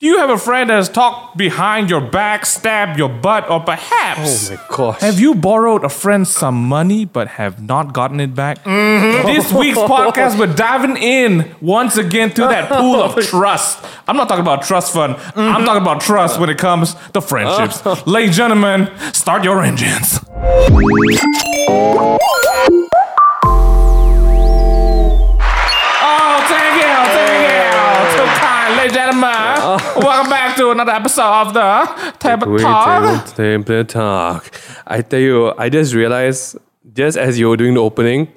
Do you have a friend that has talked behind your back, stabbed your butt, or perhaps my gosh. have you borrowed a friend some money but have not gotten it back? This week's podcast, we're diving in once again to that pool of trust. I'm not talking about trust fund. I'm talking about trust when it comes to friendships. Ladies and gentlemen, start your engines. Oh, thank you, thank you. So kind, ladies and gentlemen. Welcome back to another episode of the Table Wait, Talk. table, table talk. I tell you, I just realized, just as you were doing the opening,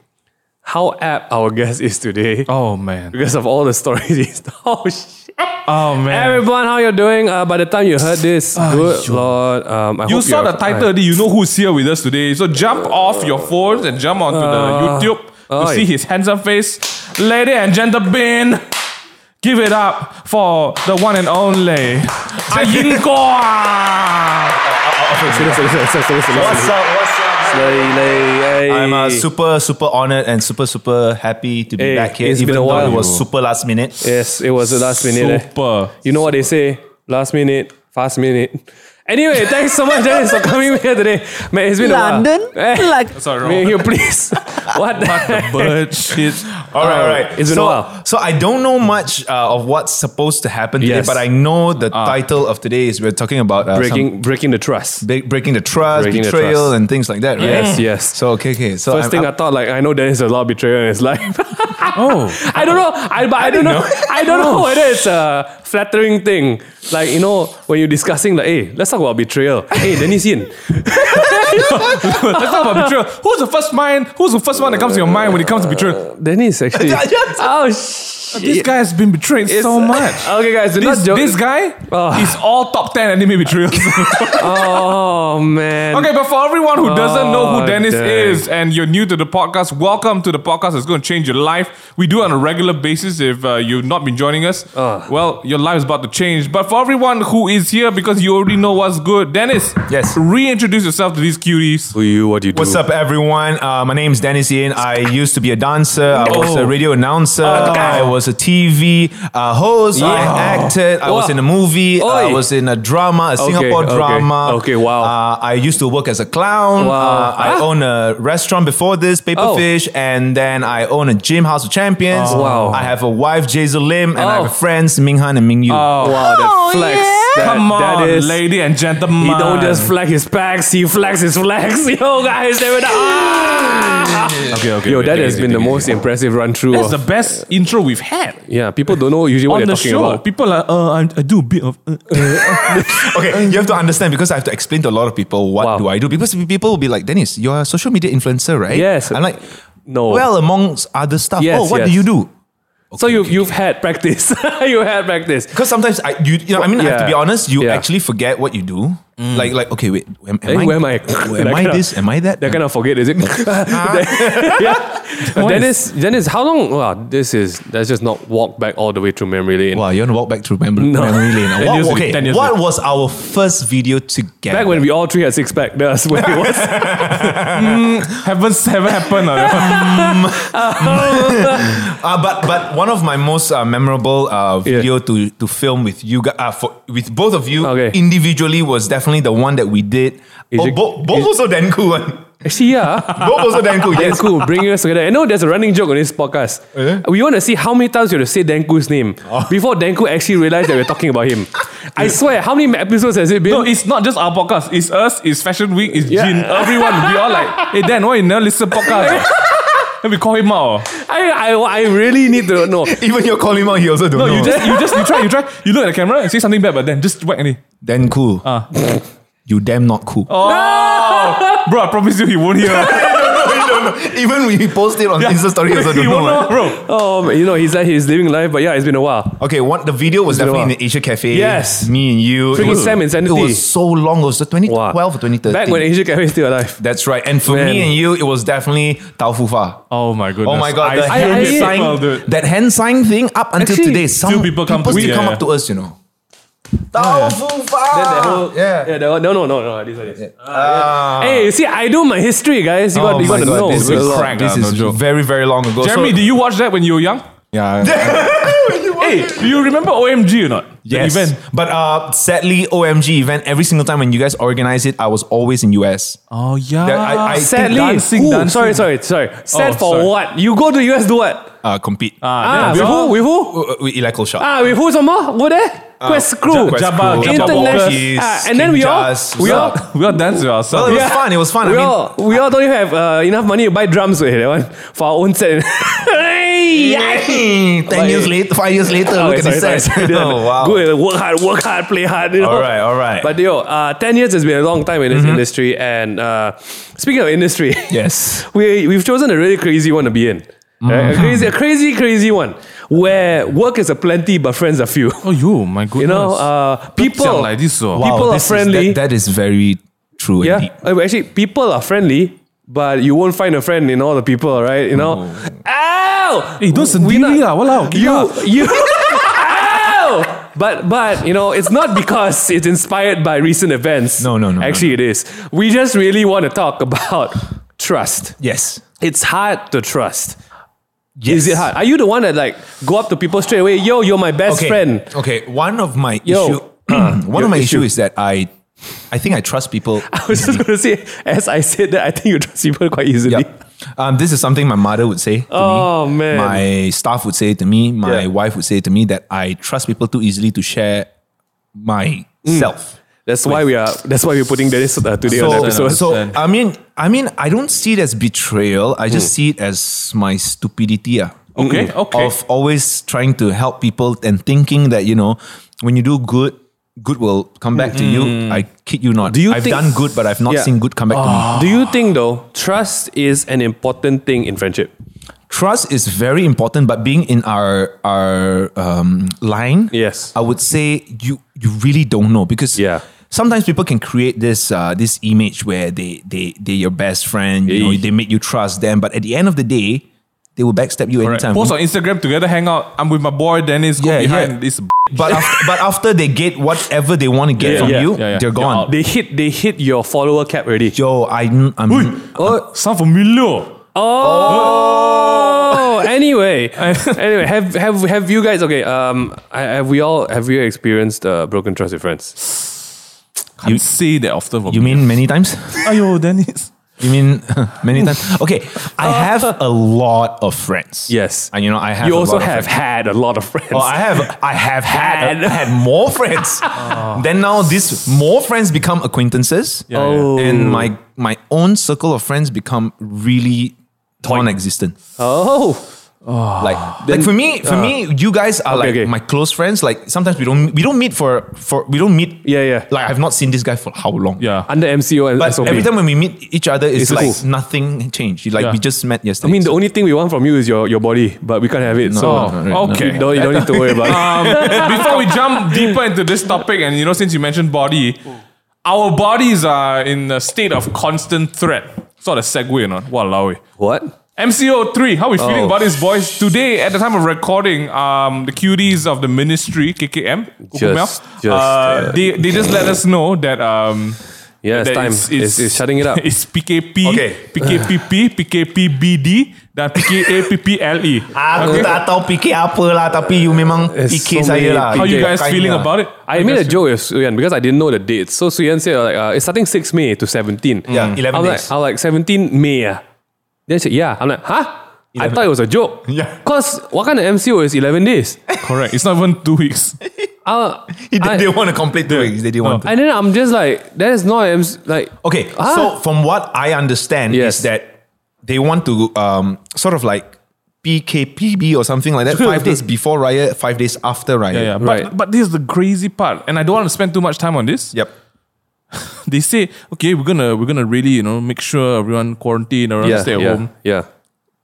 how apt our guest is today Oh man. because of all the stories. he's- oh shit! Oh man. Everyone, how you doing? Uh, by the time you heard this, good lord, um, I Ah, You hope saw you're the title, already, you know who's here with us today. So jump off your phones and jump onto the YouTube to Ah. oi. see his handsome face. Lady and gentlemen, give it up for the one and only Ayinko. What's up? What's up? I'm uh, super. super, super honored and super, super happy to be Hey, back here. it's even been a though while. it was super last minute. Yes, it was the last minute. eh. Super. You know what they say? Last minute, fast minute. Anyway, thanks so much, Dennis, for coming here today. Man, it's been London? a while. Eh, Like Sorry, wrong. May you please. what the heck? Bird shit. All right, all right. It's been so, a while. So I don't know much uh, of what's supposed to happen today, Yes. Ah. but I know the title of today is we're talking about uh, some breaking breaking the trust. big- breaking the trust, Breaking the betrayal, trust. and things like that. Right? Yes, yes. So okay, okay. So 1st I'm- thing I'm- I thought, like I know Dennis has a lot of betrayal in his life. Oh. I don't know. I but I, don't know. I don't know whether it's a flattering thing. Like you know when you're discussing like, hey, let's talk about betrayal. Hey, Dennis Yin. Oh. Let's talk about betrayal. Who's the first mind? Who's the first one that comes to your mind when it comes to betrayal? Dennis actually. oh shit. This guy has been betrayed so much. Okay, guys, do This, not joke. this guy Ah. is all top 10 anime betrayals. oh man. Okay, but for everyone who doesn't know Oh, who Dennis dang. is and you're new to the podcast, welcome to the podcast. It's going to change your life. We do it on a regular basis. If uh, you've not been joining us, Uh. well, your life is about to change. But for everyone who is here because you already know what's good, Dennis, Yes. reintroduce yourself to these cuties. Who you? What do you do? What's up, everyone? Uh, my name's Dennis Ian. I used to be a dancer. I was Oh. a radio announcer. I was a TV uh, host. I acted. I was Wow. in a movie. Uh, I Oh. Oi. was in a drama, a Singapore okay. drama. Okay, wow. Uh, I used to work as a clown. Wow. Uh, I own a restaurant before this, Oh. Paperfish, and then I own a gym, House of Champions. Wow. I have a wife, Jazel Lim, and I Oh. have friends, Ming Han and Ming Yu. Wow, that Oh, flex. yeah. That, Come that on, is- lady and gentlemen. He don't just flex his packs, he flex his flex. Yo, guys, there we go. Ah! Okay, okay. Yo, okay, that take it has easy, been the take it most easy. impressive run through. That's the best intro we've had Yeah, people don't know usually what on the they're talking show. about. People are, uh, I, I do a bit of. uh, Okay, you have to understand because I have to explain to a lot of people what Wow. do I do because people will be like, Dennis, you're a social media influencer, right? Yes. I'm like, No. Well, amongst other stuff. Yes, oh, what yes. do you do? so you've, you've had practice. you had practice. Because sometimes I, you, you know, I mean, I have to Yeah. be honest. You Yeah. actually forget what you do. Like, like, okay, wait, am, am Eh, I, where am I? Am That I kind of- this? Am I that? They're gonna forget, is it? Uh-huh. yeah. Dennis, Dennis, how long? Wow, this is let's just not walk back all the way through memory lane. Wow, you want to walk back through memory, memory lane? Ten What, years ago, ten okay, years what was our first video together? Back when we all three had six pack, that's when it was. haven't ever happened. uh, Uh, but but one of my most uh, memorable uh, Yeah. video to to film with you guys, uh, for, with both of you Okay. individually was definitely the one that we did. oh, it- bo- both also Denku one. Actually, yeah. both also Denku. Oh, Yes. Denku, bring us together. I know there's a running joke on this podcast. We want to see how many times you have to say Denku's name before Denku actually realized that we're talking about him. I swear, how many episodes has it been? No, it's not just our podcast. It's us. It's Fashion Week. It's Yeah. Jin. Everyone. We all like, hey Dan, why you never listen podcast? Then we call him out. oh. I, I, I really need to know. Even your calling out, he also don't No, know. you just, you just, you try, you try. You look at the camera and say something bad, but then just whack any. Denku. Ah. you damn not cool. Oh. Bro, I promise you, he won't hear. Even when we post it on Insta story, he also he don't know. eh? won't right? know, bro. Oh, you know, he's like he's living life, but yeah, it's been a while. Okay, what the video was been a definitely in while. the Asia Cafe. Yes. me and you. Freaking It was- Sam Insanity. It was so long. It was the 2012 Wow. or 2013. Back when Asia Cafe is still alive. That's right. And for Man. me and you, it was definitely Tao Fu Fa. Oh my goodness. Oh my god, the I, I- still I- hand get people, sign, dude. that hand sign thing up until Actually, today. Some still people come to me, still yeah. come up to us, you know. Tau Fu Fa. Then that whole- Ah, yeah. yeah that whole- no, no, no, no. This, one is. Ah, yeah. Hey, you see, I do my history, guys. You got, you got to know. Oh this It's is, a crack, this ah, no is joke. very, very long ago. Jeremy, so, did you watch that when you were young? yeah. Hey, do you remember OMG or not? The Yes. event. But uh, sadly, OMG event, every single time when you guys organize it, I was always in US. Oh yeah. That I- I- Sadly, dancing, who? dancing. sorry, sorry, sorry. Oh, Sad for sorry. what? You go to US do what? Uh, compete. Uh, ah, with who? With who? with Electrical Shop. Ah, with who some more? Go there? Quest crew. Quest Jabba- Ah, Crew, Jabba Internet- Walkies, ah, and King then we all- Jas, we all- Zuck. we all dance with Well, it ourselves. was fun. It was fun. We I mean, all we all don't even have uh, enough money to buy drums with that one for our own set. Hey, yeah. ten years later, five years later, look Okay, at sorry, this sorry, set. sorry. oh wow! Good, work hard, work hard, play hard. You know? All right, all right. Mm-hmm. But yo, uh, ten years has been a long time in this industry. And uh, speaking of industry, yes. we we've chosen a really crazy one to be in. Right? Mm-hmm. A crazy, a crazy, crazy one where work is a plenty but friends are few. Oh, you, my goodness. You know, uh, people like this, oh. so. Wow. People are this is- friendly. that, that is very true. Yeah, Indeed. Uh, actually, people are friendly, but you won't find a friend in all the people, right? You know. Oh. Ow! Hey, don't We sendiri not- lah, walao, You you. Ow! But but you know it's not because it's inspired by recent events. No, no, no, no, Actually, it is. We just really want to talk about trust. Yes. It's hard to trust. yes. Is it hard? Are you the one that like go up to people straight away? Yo, you're my best Okay. friend. Okay. One of my Yo. issue. one of my issue. issue is that I, I think I trust people. I was just gonna say, as I said that, I think you trust people quite easily. Yep. Um, this is something my mother would say to Oh, me. man. My staff would say to me, my Yeah. wife would say to me that I trust people too easily to share myself. Mm. That's why we are. That's why we're putting Dennis uh, today on the So, episode. so understand. I mean, I mean, I don't see it as betrayal. I Mm. just see it as my stupidity. ah. Okay, Mm. okay. Of always trying to help people and thinking that you know, when you do good, good will come back to you. I kid you not. Mm. Do you I've think- done good, but I've not Yeah. Ah. seen good come back to Do me. you think though trust is an important thing in friendship? Trust is very important, but being in our our um, line, Yes. I would say you you really don't know because Yeah. Sometimes people can create this uh, this image where they they they're your best friend, you know, Yeah. they make you trust them, but at the end of the day, they will backstab you Right. anytime. Post on Instagram together, hang out. I'm with my boy Dennis. Go Yeah, behind yeah. this. b- But after, but after they get whatever they want to get Yeah, from yeah, you, yeah, yeah. You're they're gone. They hit. They hit your follower cap already. Yo, I I'm Sound familiar? Oh. anyway, anyway, have have have you guys? Okay, um, I- have we all have you experienced uh, broken trust with friends? Can't you say that often. you mean many times? ayo Dennis? You mean many times? Okay, I have a lot of friends. Yes. and you know I have. you a also lot of have friends. had a lot of friends. Oh, I have, I have had Had. had more friends. Then now these more friends become acquaintances, Oh. yeah. and my my own circle of friends become really non-existent. oh. like, like for me, for me, you guys are like Ah. okay. my close friends. Like sometimes we don't we don't meet for for we don't meet. Yeah, yeah. Like I've not seen this guy for how long. Yeah. under MCO and But SOP. every time when we meet each other, It's it's, like cool. nothing changed. Like Yeah. we just met I yesterday. mean, the only thing we want from you is your, your body, but we can't have it. so no, no, no, okay, no. don't, you don't need to worry about it. Um, before we jump deeper into this topic, and you know, since you mentioned body, our bodies are in a state of constant threat. Sort of segue, you know. Walao. eh. What? MCO three. How we feeling Oh. about this, boys? Today, at the time of recording, um, the cuties of the ministry KKM, Kukumel, Just- just, uh, uh, they they just let us know that um. Yeah, it's that time. It's, it's, shutting it up. It's PKP, Okay. PKPP, PKPBD, dan PKAPPLE. Ah, Aku tak tahu fikir apa lah Tapi you memang There's fikir so saya many lah How you Okay. guys feeling about it? I made a joke with Suyan because I didn't know the dates. So Suyan said like uh, it's starting 6 May to 17. Yeah, 11 I'm days. like, I'm like 17 May. ah. Then she said, yeah. I'm like, huh? I thought it was a joke. Yeah. Cause what kind of MCO is 11 days? Ah, Correct. It's not even two weeks. Uh, They, I- they want to complete two weeks They didn't want to and then I'm just like, that is not MC, like Okay Ah. So from what I understand Yes. Is that They want to um, Sort of like PKPB or something like that Five days before riot Five days after riot Yeah, but, Right. but this is the crazy part, and I don't want to spend too much time on this. Yep They say, okay, we're gonna we're gonna really you know make sure everyone quarantine, everyone yeah, stay at yeah, home. Yeah.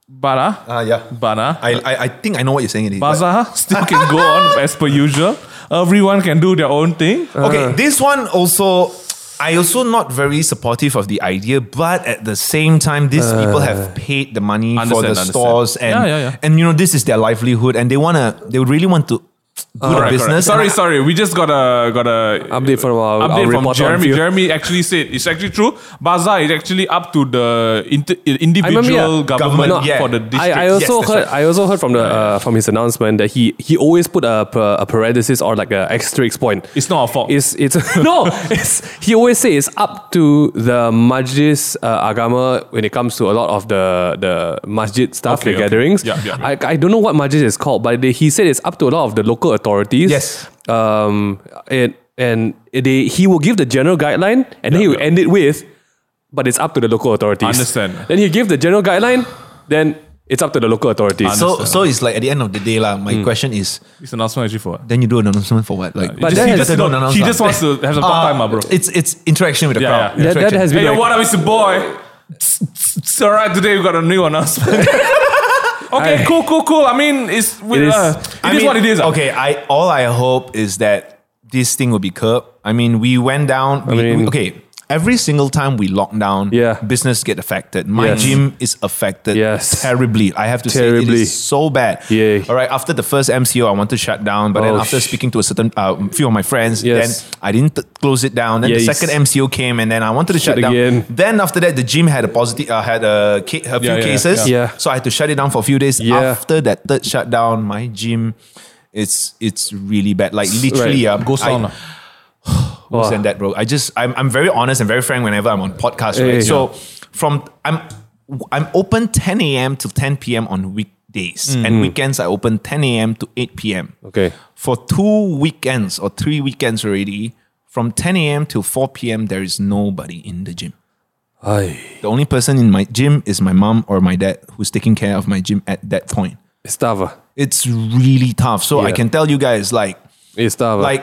But ah, Ah, Yeah but ah, I, I, I think I know what you're saying it is. bazaar still can go on as per usual. Everyone can do their own thing. Okay, this one also I also not very supportive of the idea, but at the same time, these people have paid the money for Uh. Understand, the understand. stores and Yeah, yeah, yeah. and you know this is their livelihood and they wanna they really want to do the business. Sorry, sorry. We just got a got a Update from our- our update from reporter on Jeremy. field. Jeremy actually said it's actually true. Bazaar is actually up to the inter, individual remember, yeah. government, Government, yeah. for the district. I, I also Yes, that's heard I also heard from the uh, from his announcement that he he always put a, pa- a parenthesis or like a asterisk point. it's not our fault. It's it's no. It's, he always says it's up to the masjid's uh, agama when it comes to a lot of the the masjid stuff, Okay, the okay. gatherings. Yeah, yeah, I, I don't know what masjid is called, but they, he said it's up to a lot of the local authorities. Yes. Um. And and they he will give the general guideline, and then he will yeah. end it with, but it's up to the local authorities. Understand. Then he give the general guideline, then. It's up to the local authorities. So, so it's like at the end of the day, lah. Hmm. My question is, it's announcement actually for what? then you do an announcement for what? Like, But that he has- just, don't no, announce he lah. just wants to have some Ah, talk time, ah, bro. It's it's interaction with the Yeah, crowd. yeah. That- that Interaction. has been Hey, like- what up, it's your boy. Alright, today we got a new announcement. okay, I- cool, cool, cool. I mean, it's with, It is- uh, it is mean, what it is. ah. Okay, I all I hope is that this thing will be curbed. I mean, we went down. we- mean- we- okay, every single time we lock down, Yeah. business get affected. My Yes. gym is affected Yes. terribly. I have to say, it Terribly. is so bad. Yay. All right, after the first MCO, I want to shut down, but then Oh, after sh- speaking to a certain uh, few of my friends, Yes. then I didn't t- close it down. Then the Yes. second MCO came, and then I wanted to shut, down. again. Then after that, the gym had a positive, uh, had a, ca- a few yeah, cases. yeah. Yeah. So I had to shut it down for a few days Yeah. after that third shutdown, my gym, it's it's really bad. Like literally, right. um, Go sauna. I, worse than that, bro. I just I'm I'm very honest and very frank whenever I'm on podcast. Yeah, Right? yeah, so from I'm I'm open 10 a.m. till 10 p.m. on weekdays Mm-hmm. and weekends. I open 10 a.m. to 8 p.m. Okay. For two weekends or three weekends already, from 10 a.m. till 4 p.m. there is nobody in the gym. Aye. The only person in my gym is my mom or my dad who's taking care of my gym at that point. It's tough. ah. It's really tough. So I Yeah. can tell you guys, like, It's tough. ah. like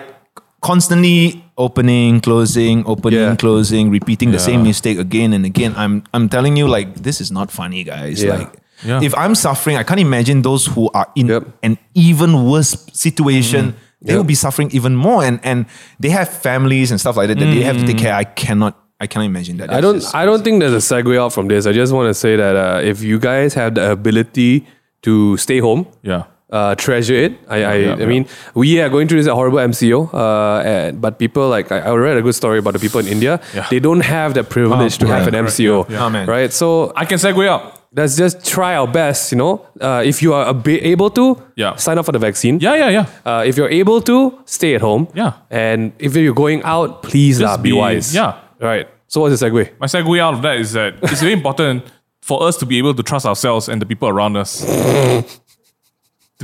constantly opening, closing, opening, Yeah. closing, repeating the same mistake again and again. I'm I'm telling you, like, this is not funny, guys. Yeah. Like, Yeah. if I'm suffering, I can't imagine those who are in Yep. Mm-hmm. an even worse situation. They Yep. will be suffering even more, and and they have families and stuff like that that they have to take care. I cannot. I cannot imagine that. Mm-hmm. I That's don't. just- I don't think there's a segue out from this. I just want to say that uh, if you guys have the ability to stay home, Yeah. uh, treasure it. I. I, Yeah, I mean, we are going through this horrible MCO. Uh, and, but people like I, I read a good story about the people in India. Yeah. They don't have the privilege to have an correct, correct, MCO. yeah, yeah. Ah, man. Right. So I can segue up. let's just try our best. You know, uh, if you are a bit able to, Yeah. sign up for the vaccine. Yeah, yeah, yeah. Uh, if you're able to, stay at home. Yeah. And if you're going out, please Just lah, be, be- wise. yeah. Right. So what's the segue? My segue out of that is that it's very important for us to be able to trust ourselves and the people around us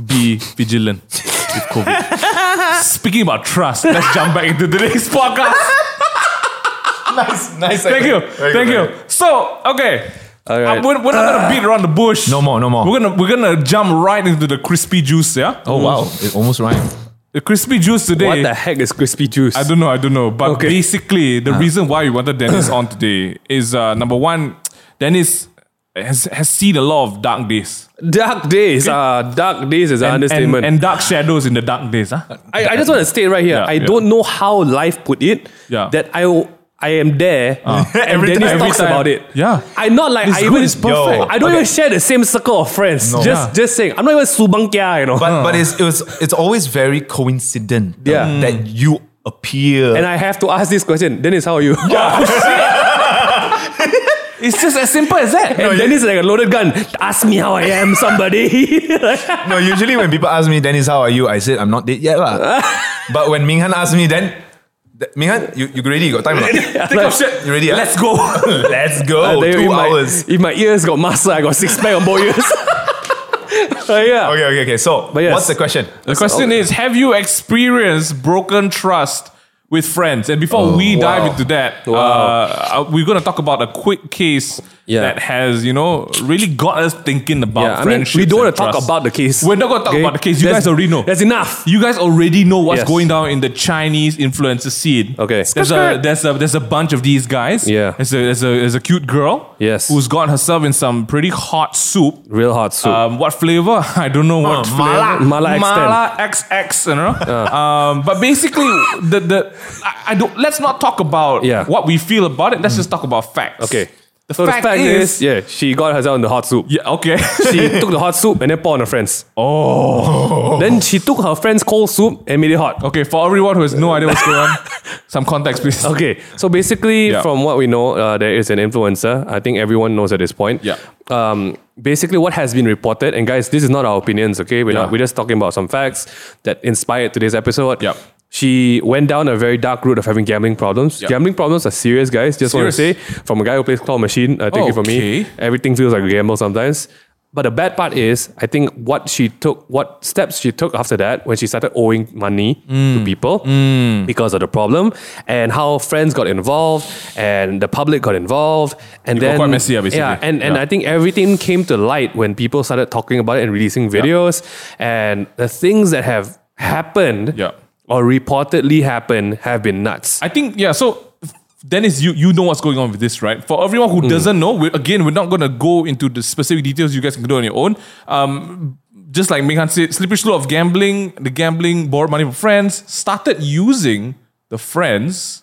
to be vigilant with COVID. Speaking about trust, let's jump back into today's podcast. nice, nice. Thank you. Very good, Thank very you. good. So, okay. All right. Uh, we're, we're not gonna beat around the bush. No more, no more. We're gonna we're gonna jump right into the crispy juice, yeah? Oh wow, it almost rhymed. The crispy juice today. What the heck is crispy juice? I don't know. I don't know. But Okay. Ah. basically, the reason why we wanted Dennis on today is uh, number one, Dennis has, has seen a lot of dark days Dark days. Ah, dark days is an and, and, understatement. and dark shadows in the dark days. Huh? I, I just want to state right here. Yeah, I yeah. don't know how life put it. Yeah. That I will- I am there. and Every Dennis time- every talks time. about it. Yeah. I'm not like It's I good, even it's perfect. I don't Okay. even share the same circle of friends. No. Just Yeah. just saying. I'm not even subang kia, you know. But but it's it was it's always very coincident Yeah. um, that you appear and I have to ask this question. Dennis, how are you? Oh, It's just as simple as that. and Dennis like a loaded gun. Ask me how I am, somebody. No, usually when people ask me, Dennis, how are you? I said, I'm not dead yet. lah. but when Minghan asked me, then, th- Minghan, you, you ready? You got time? or not? Think of shit. You ready? ah? Let's go. Let's go. Oh, Then Two if Uh, my- hours. if my ears got muscle, I got six pack on both ears. Uh, yeah. Okay, okay, okay. So, But yes. what's the question? the question is Have you experienced broken trust? With friends, and before we dive wow. into that, uh, Oh, Wow. uh, we're gonna talk about a quick case Yeah. that has, you know, really got us thinking about Yeah, I mean, friendships. we don't want to talk about the case. We're not gonna talk Okay? about the case. You That's- guys already know. That's enough. You guys already know what's Yes. going down in the Chinese influencer scene. Okay. There's a there's a there's a bunch of these guys. Yeah. There's a there's a, there's a cute girl. Yes. Who's got herself in some pretty hot soup. Real hot soup. Um, what flavor? I don't know what Uh, flavor. mala. Mala Uh. X10. Mala XX, you know. Um, but basically, the the I, I don't. Let's not talk about Yeah. what we feel about it. Let's just talk about facts. Okay. The, So fact the fact is, is, yeah, she got herself in the hot soup. yeah, okay. She took the hot soup and then poured on her friends. Oh. Then she took her friend's cold soup and made it hot. okay, for everyone who has no idea what's going on, some context, please. Okay, so basically, Yeah. from what we know, uh, there is an influencer. I think everyone knows at this point. Yeah. Um, basically, what has been reported, and guys, this is not our opinions. Okay, we're not. Yeah. We're just talking about some facts that inspired today's episode. Yep. She went down a very dark route of having gambling problems. Yep. Gambling problems are serious, guys. Just want to say, Serious. from a guy who plays claw machine, uh, take it from me. Okay. Everything feels like a gamble sometimes. But the bad part is, I think what she took, what steps she took after that, when she started owing money Mm. to people because of the problem, and how friends got involved, and the public got involved, and got then quite messy, ah, basically. yeah, and and Yeah. I think everything came to light when people started talking about it and releasing videos, and the things that have happened Yeah. or reportedly happened have been nuts. I think yeah. So Dennis, you you know what's going on with this, right? For everyone Mm. who doesn't know, we again, we're not gonna go into the specific details. You guys can do on your own. Um, just like Meghan said, slippery slope of gambling. The gambling borrowed money from friends. Started using the friends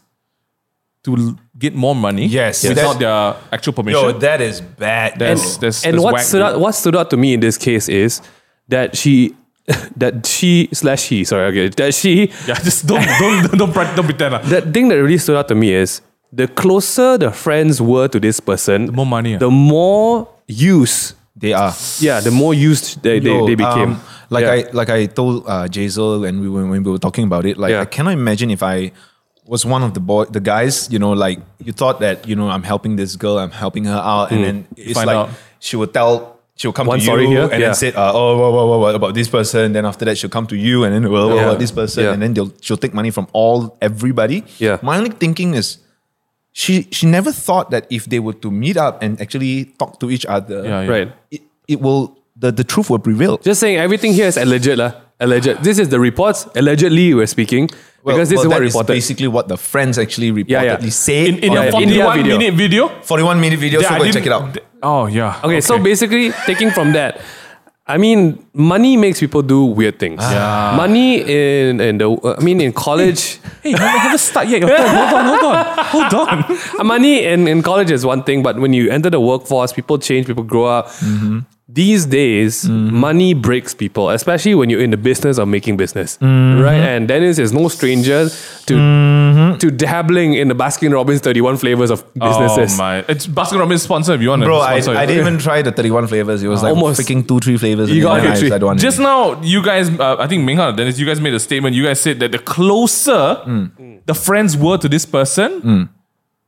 to l- get more money. Yes. without Yes. their actual permission. Yo, that is bad. That's- bro. that's- and that's what whack, stood dude. out, what stood out to me in this case is that she that she slash he sorry okay that she Yeah, just don't don't don't don't, pre- don't pretend. ah. the thing that really stood out to me is the closer the friends were to this person, the more money, ah. the more use they are. yeah, the more used they they, Yo, they became. um, like Yeah. I like I told uh, Jazel and we were, when we were talking about it. Like Yeah. I cannot imagine if I was one of the boy the guys. You know, like you thought that you know I'm helping this girl, I'm helping her out, Hmm. and then it's Find like out. she would tell. She will come One to story you here, and yeah. then say, uh, "Oh, what, what, what, what about this person?" Then after that, she'll come to you and then, "Well, what Yeah. about this person?" Yeah. And then they'll, she'll take money from all everybody. Yeah. My only thinking is, she she never thought that if they were to meet up and actually talk to each other, Yeah, yeah. right. it, it will the, the truth will prevail. Just saying everything here is alleged lah. Alleged. This is the reports. Allegedly we're speaking. Well, because this well, is what reported. that basically what the friends actually reportedly Yeah, yeah. say. In, in your on yeah, yeah. the India 41 video. minute video, 41 minute video, Yeah, so I go didn't- check it out. th- Oh yeah. Okay, so basically, taking from that, I mean, money makes people do weird things. Ah. Yeah. Money in in the I mean in college, hey, you haven't haven't start yet. Your turn. Hold on, hold on, hold on. money in, in college is one thing, but when you enter the workforce, people change, people grow up. Mm-hmm. These days, money breaks people, especially when you're in the business of making business, Mm-hmm. right? And Dennis is no stranger to to dabbling in the Baskin Robbins 31 flavors of businesses. Oh my! It's Baskin Robbins sponsor. If you want to, Bro, I, sponsor I it. didn't even try the 31 flavors. It was like Ah, Almost. freaking two, three flavors. You and got then it, I three. said, I don't want Just it. now, you guys, uh, I think Minghan and Dennis, you guys made a statement. You guys said that the closer Hmm. the friends were to this person,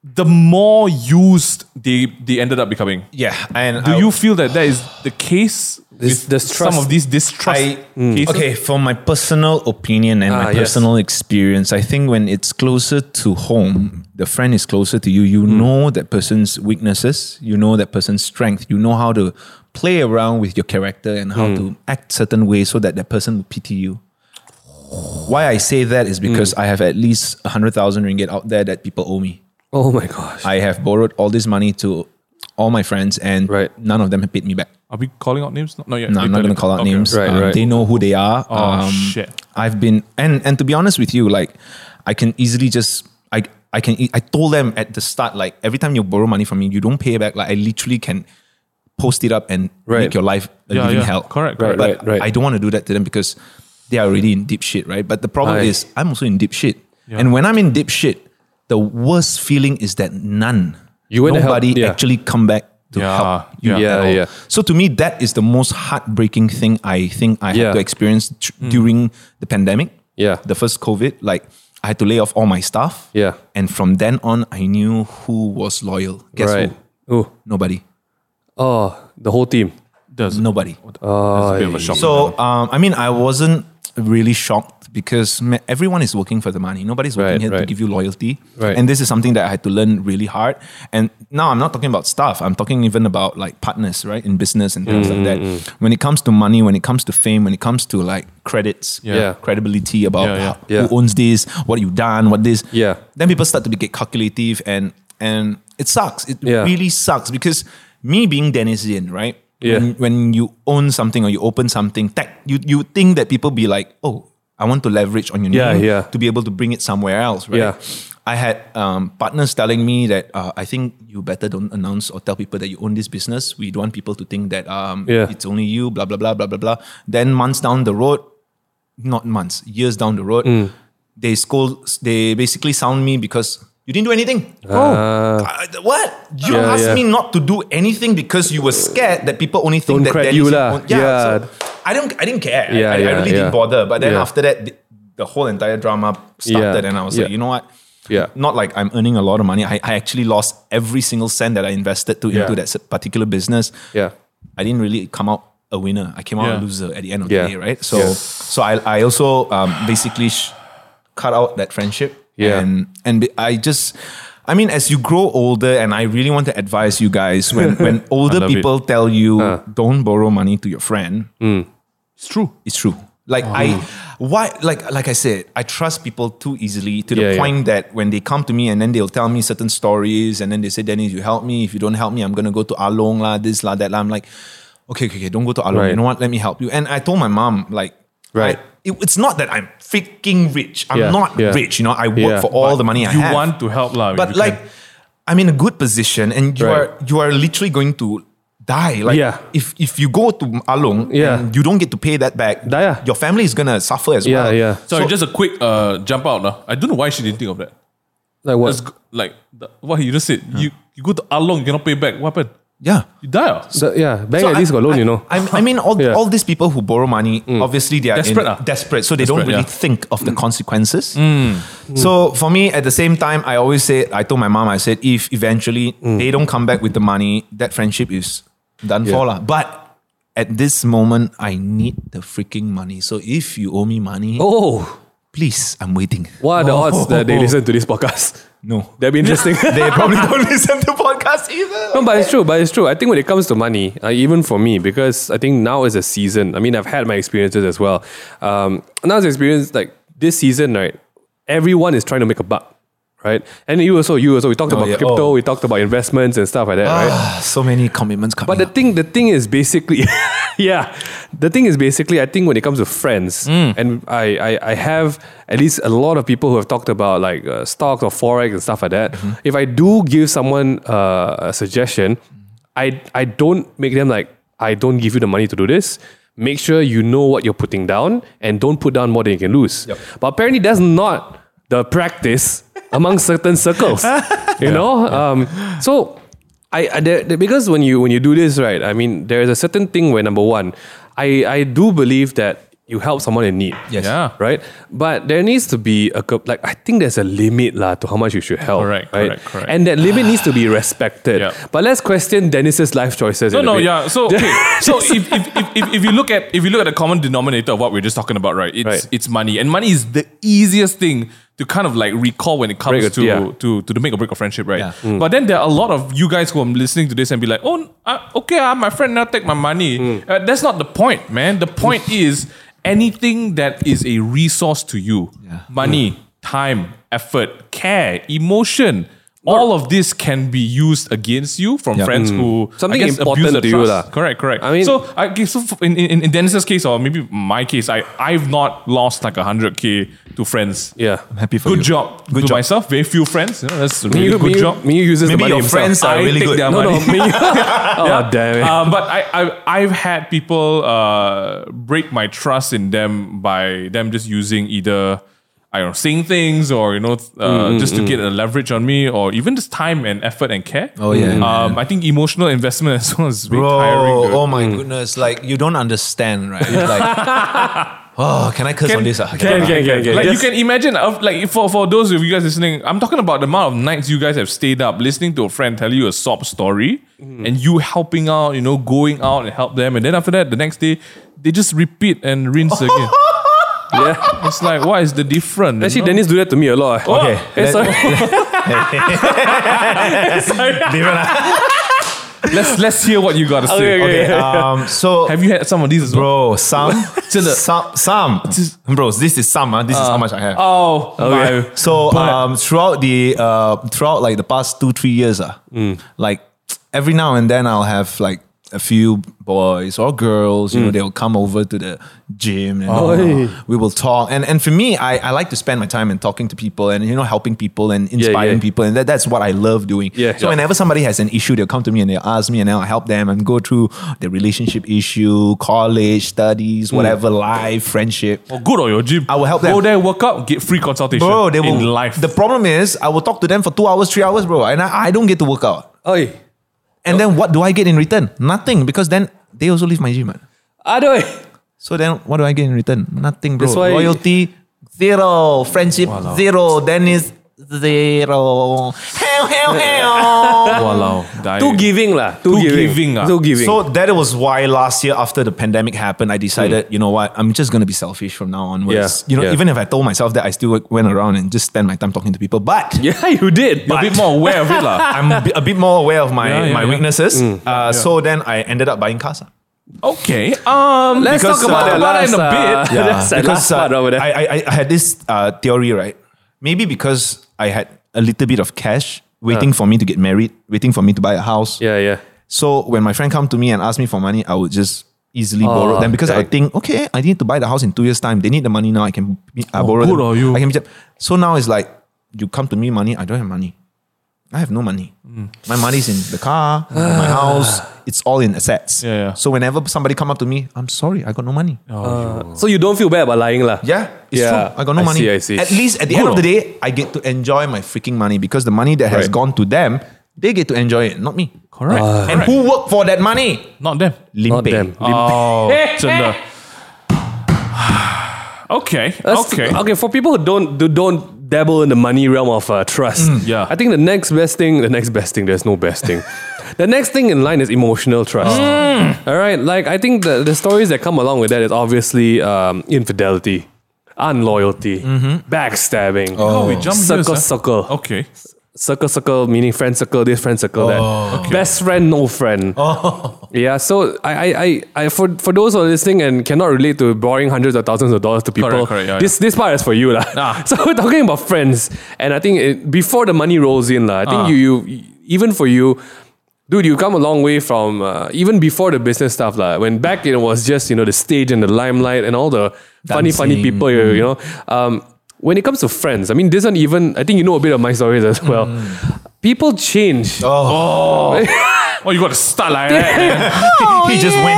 the more used they they ended up becoming. yeah, and Do I- you feel that that is the case with distrust. some of these distrust I, hmm. cases? okay, from my personal opinion and Ah, my yes. personal experience, I think when it's closer to home, the friend is closer to you. You Hmm. know that person's weaknesses, you know that person's strength, you know how to play around with your character and how Hmm. to act certain ways so that that person will pity you. Why I say that is because Hmm. I have at least 100,000 ringgit out there that people owe me. Oh my gosh. I have borrowed all this money to all my friends and Right. none of them have paid me back. Are we calling out names? No, not yet. No, I'm not Later, going to call out later. names. Right, Um, right. They know who they are. Oh, Um, shit. I've been and and to be honest with you, like I can easily just I I can e- I told them at the start like every time you borrow money from me, you don't pay it back. Like I literally can post it up and Right. make your life a Yeah, living yeah. hell. Correct, Right, but right, right. I don't want to do that to them because they are already in deep shit, right? But the problem Aye. is I'm also in deep shit, Yeah. and when I'm in deep shit, the worst feeling is that none, You went to help, nobody yeah. actually come back to Yeah, help yeah. you at Yeah, all. yeah. So to me, that is the most heartbreaking thing I think Yeah. I Mm. had to experience tr- during the pandemic. Yeah. The first COVID, like I had to lay off all my staff. Yeah. And from then on, I knew who was loyal. Guess right. Ooh. who? Nobody. Oh, the whole team. Does Nobody. that's a bit of a shock. So, um, I mean, I wasn't really shocked because ma- everyone is working for the money. Nobody's working Right, here to right. give you loyalty. Right. And this is something that I had to learn really hard. And now I'm not talking about staff. I'm talking even about like partners, right, in business and things like that. Mm-hmm. When it comes to money, when it comes to fame, when it comes to like credits, Yeah. credibility about Yeah, yeah. ho- Yeah. who owns this, what you've done, what this. Yeah. Then people start to be- get calculative and and it sucks. It Yeah. really sucks because me being Denisian, right? Yeah. When, when you own something or you open something, tech, you you think that people be like, oh, I want to leverage on your Yeah, name yeah. to be able to bring it somewhere else, right? Yeah. I had um, partners telling me that uh, I think you better don't announce or tell people that you own this business. We don't want people to think that um, Yeah. it's only you, blah, blah, blah, blah, blah, blah. Then months down the road, not months, years down the road, Mm. they scold, they basically sound me because you didn't do anything. Uh, Uh, what? You Yeah, asked yeah. me not to do anything because you were scared that people only think Don't that credit that you is lah. your own- Yeah. Yeah. so I don't. I didn't care. Yeah, I, I yeah, really yeah. didn't bother. But then Yeah. after that, the, the whole entire drama started, Yeah, and I was yeah. like, you know what? Yeah. Not like I'm earning a lot of money. I, I actually lost every single cent that I invested to Yeah. into that s- particular business. yeah. I didn't really come out a winner. I came out a Yeah. loser at the end of Yeah. the day, right? So, Yeah. so I, I also um, basically sh- cut out that friendship. Yeah. And, and be- I just, I mean, as you grow older, and I really want to advise you guys when, when older love it. people tell you don't borrow money to your friend, Hmm. It's true. Oh. it's true. Like I, why? Like like I said, I trust people too easily to the Yeah, yeah. point that when they come to me and then they'll tell me certain stories and then they say, "Dennis, you help me. If you don't help me, I'm gonna go to Along lah, this lah, that lah." I'm like, okay, okay, okay, don't go to Along. Right. You know what? Let me help you. And I told my mom like, Right. I- it- it's not that I'm freaking rich. I'm Yeah, not yeah. rich. You know, I work Yeah. for all the money I you have. want to help, lah, if but you like, can. I'm in a good position, and you Right. are you are literally going to die. Like, Yeah. if if you go to Along, Yeah. and you don't get to pay that back, Die ah. your family is gonna suffer as Yeah, well. yeah. Sorry, just a quick uh, jump out. lah. I don't know why she didn't think of that. Like what? That's g- like the, what you just said. Hmm. You you go to Along, you cannot pay back. What happened? yeah. You die. ah. So, yeah, bank So at least got loan, I, you know. I, I mean, all, Yeah. all these people who borrow money, obviously they are Mm. Desperate, in, ah. desperate, so they don't Desperate, really yeah. Mm. think of the consequences. So for me, at the same time, I always say, I told my mom, I said, if eventually Mm. they don't come back with the money, that friendship is done for lah. But at this moment, I need the freaking money. So if you owe me money, oh, please, I'm waiting. what are the Oh. odds that they listen to this podcast? No, That'd be interesting. they probably don't listen to podcasts either. No, but it's true. But it's true. I think when it comes to money, uh, even for me, because I think now is a season. I mean, I've had my experiences as well. Um, now is experience like this season, right? Everyone is trying to make a buck, right? And you also, you also. We talked about yeah. crypto. Oh. We talked about investments and stuff like that, right? Ah, so many commitments coming. But the up. thing, the thing is basically, yeah, the thing is basically, I think when it comes to friends, and I, I, I have at least a lot of people who have talked about like uh, stocks or forex and stuff like that. If I do give someone uh, a suggestion, I, I don't make them like I don't give you the money to do this. Make sure you know what you're putting down and don't put down more than you can lose. But apparently, that's not the practice among certain circles. You know, um, so I, I there, there- because when you when you do this right, I mean there is a certain thing where number one, I I do believe that you help someone in need. Yes. Yeah. Right, but there needs to be a cap- like I think there's a limit lah to how much you should help. Correct, right? correct, correct. And that limit needs to be respected. Yeah. But let's question Dennis's life choices. No, in a no, bit. yeah. So okay. so if, if, if, if, if you look at if you look at the common denominator of what we're just talking about, right? It's Right. it's money, and money is the easiest thing to kind of like recall when it comes Break it, to, yeah. to to the make or break of friendship, right? Yeah. But then there are a lot of you guys who are listening to this and be like, oh, uh, okay, uh, my friend now take my money. Hmm. Uh, that's not the point, man. The point is anything that is a resource to you, money, Hmm. time, effort, care, emotion. All of this can be used against you from Yeah. Hmm. friends who Something I guess important abuse the to you trust. lah. Correct, correct. I mean- so I okay, so f- in, in in Dennis's case or maybe my case, I I've not lost like hundred k to friends. yeah. I'm happy for Good you. job. Good to job. myself, very few friends. You know, that's a Me, really good me, job. Me uses the Maybe money your himself. friends are I really take good. their no, no, money. me. oh damn it. Uh, but I, I, I've had people uh, break my trust in them by them just using either, I don't know, saying things or, you know, uh, Mm, just to get a leverage on me or even just time and effort and care. Oh, yeah, Um, yeah, I think emotional investment as well is very Bro, tiring. dude. oh my goodness! Like you don't understand, right? Like, oh, can I curse on this? ah? can, can, can, can. Like Yes. you can imagine, of like for for those of you guys listening, I'm talking about the amount of nights you guys have stayed up listening to a friend tell you a sob story, Mm-hmm. and you helping out, you know, going out and help them, and then after that, the next day, they just repeat and rinse Oh, again. yeah. It's like, what is the difference? Actually, Dennis do that to me a lot. eh. Okay, Eh, let- sorry. let's let's hear what you got to say. Okay, okay. Okay, um, so Have you had some of these as well? bro, some, the- Uh, some, some, bros. This is some. ah. this is how much I have. Oh, Okay. my. So But- um, throughout the ah, Mm. uh, throughout like the past two three years, uh, like every now and then I'll have like a few boys or girls, you know, they will come over to the gym and Mm. uh, Oi. we will talk. And and for me, I, I like to spend my time in talking to people and you know helping people and inspiring yeah. people. And that, that's what I love doing. Yeah, so yeah. whenever somebody has an issue, they'll come to me and they'll ask me and I'll help them and go through the relationship issue, college, studies, Mm. whatever, life, friendship. Oh, good on your gym. I will help Go them. there, work out, get free consultation. Bro, Oh, they will in life. The problem is I will talk to them for two hours, three hours, bro, and I, I don't get to work out. Oi. And then what do I get in return? Nothing, because then they also leave my gym. Man. Ah, Adoy. So then what do I get in return? Nothing, bro. That's why- Loyalty, zero. Friendship, zero. Dennis, zero. Hell, hell, hell. Walao, die. Too giving lah. Too, Too giving. giving ah. Too giving. So that was why last year after the pandemic happened, I Mm. decided, you know what, I'm just gonna be selfish from now onwards. Yeah, you know, yeah. even if I told myself that I still went around and just spend my time talking to people. But yeah, you did. You're a But bit more aware of it, lah. I'm a bit- a bit more aware of my, Yeah, yeah, my yeah. Mm. weaknesses. Uh, So then I ended up buying casa. Okay. Um. let's Because, talk about uh, that about last, it in a uh, bit. Yeah, that's the last uh, part over there. I, I, I- I had this uh, theory, right? Maybe because I had a little bit of cash waiting for me to get married, waiting for me to buy a house. yeah, yeah. So when my friend come to me and ask me for money, I would just easily Oh, borrow them because dang. I would think, okay, I need to buy the house in two years' time. They need the money now. I can uh, borrow Oh, good them. on you. I can. So now it's like you come to me money. I don't have money. I have no money. Mm. My money's in the car, in my house. It's all in assets. Yeah, yeah. So whenever somebody come up to me, I'm sorry, I got no money. So you don't feel bad about lying lah. Oh. Yeah, it's Yeah. true. I got no I money. see, I see. At least at the end of the day, I get to enjoy my freaking money because the money that has Right. gone to them, they get to enjoy it, not me. Correct. And who worked for that money? Not them. Not Limpe. them. Oh,真的。Okay. Let's- Okay. Okay. For people who don't do, don't dabble in the money realm of uh, trust, Mm, yeah. I think the next best thing, the next best thing, there's no best thing. the next thing in line is emotional Oh. trust. Mm. All right. Like I think the, the stories that come along with that is obviously um, infidelity, unloyalty, backstabbing. Mm-hmm. Oh, we jump Circle, years, huh? circle. Okay. circle circle meaning friend circle this friend circle Oh, that best friend no friend yeah so I, I I I for for those who are listening and cannot relate to borrowing hundreds of thousands of dollars to people Correct, correct, yeah, this this part is for you lah. Ah. so we're talking about friends and I think it, before the money rolls in lah, I think Ah. you you even for you Dude, you come a long way from uh, even before the business stuff, lah. When back it was just you know the stage and the limelight and all the funny, funny Dancing. people. You, Mm. you know, um, when it comes to friends, I mean, this one even I think you know a bit of my stories as well. Mm. People change. Oh, you got to start like that. he just went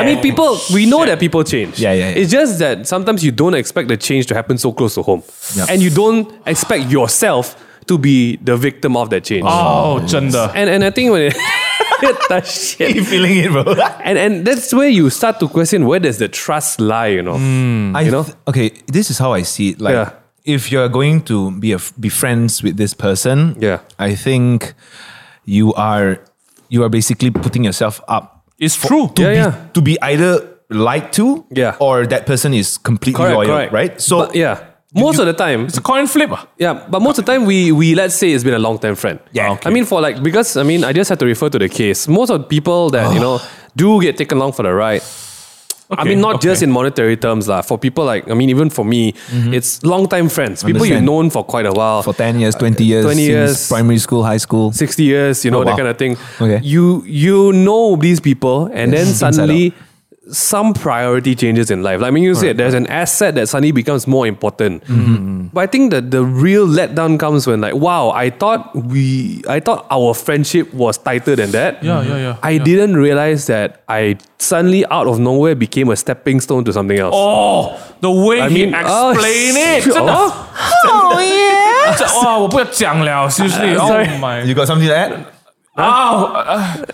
I mean, people. We know that people change. Yeah, yeah, yeah. It's just that sometimes you don't expect the change to happen so close to home, Yeah. and you don't expect yourself to be the victim of that change. Oh, 真的。 And and I think when it, that shit. you feeling it, bro. And and that's where you start to question where does the trust lie, you know? You I know? th- okay, this is how I see it. Like, Yeah. if you're going to be a f- be friends with this person, Yeah. I think you are you are basically putting yourself up It's true. to Yeah, be yeah. to be either lied to, Yeah. or that person is completely Correct, loyal, correct. right? So But yeah. Most of the time, It's a coin flip. ah. yeah, but most of the time we we let's say it's been a long time friend. Yeah. Okay. I mean for like because I mean I just have to refer to the case. Most of the people that you know do get taken along for the ride. I Okay, mean not just okay. in monetary terms lah. For people like I mean even for me, it's long time friends. People you've Mm-hmm. Understand. known for quite a while. for ten years, twenty years, 20 since years. primary school, high school, 60 years, you know, Oh, that kind wow. of thing. Okay. You you know these people and Yes. then Inside suddenly some priority changes in life. Like I mean you said there's an asset that suddenly becomes more important. Mm-hmm. But I think that the real letdown comes when like, wow, I thought we I thought our friendship was tighter than that. Yeah, yeah, yeah, I yeah. didn't realize that I suddenly out of nowhere became a stepping stone to something else. Oh, the way I I mean, mean, he oh, explain it. shit. 真的。 Oh. 真的。Oh, 哦，我不要讲了，seriously. Oh Uh, sorry. my- Oh, you got something like that? Ow.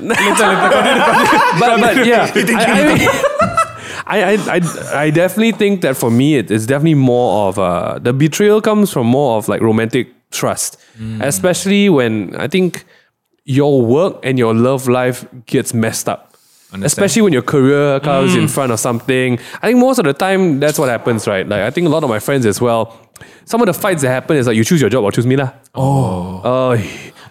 but, but yeah, I, I, mean, I, I, I, I definitely think that for me, it, it's definitely more of uh, the betrayal comes from more of like romantic trust, especially when I think your work and your love life gets messed up. Especially when your career comes in front of something. I think most of the time that's what happens, right? Like I think a lot of my friends as well. Some of the fights that happen is like you choose your job or choose me lah. Oh.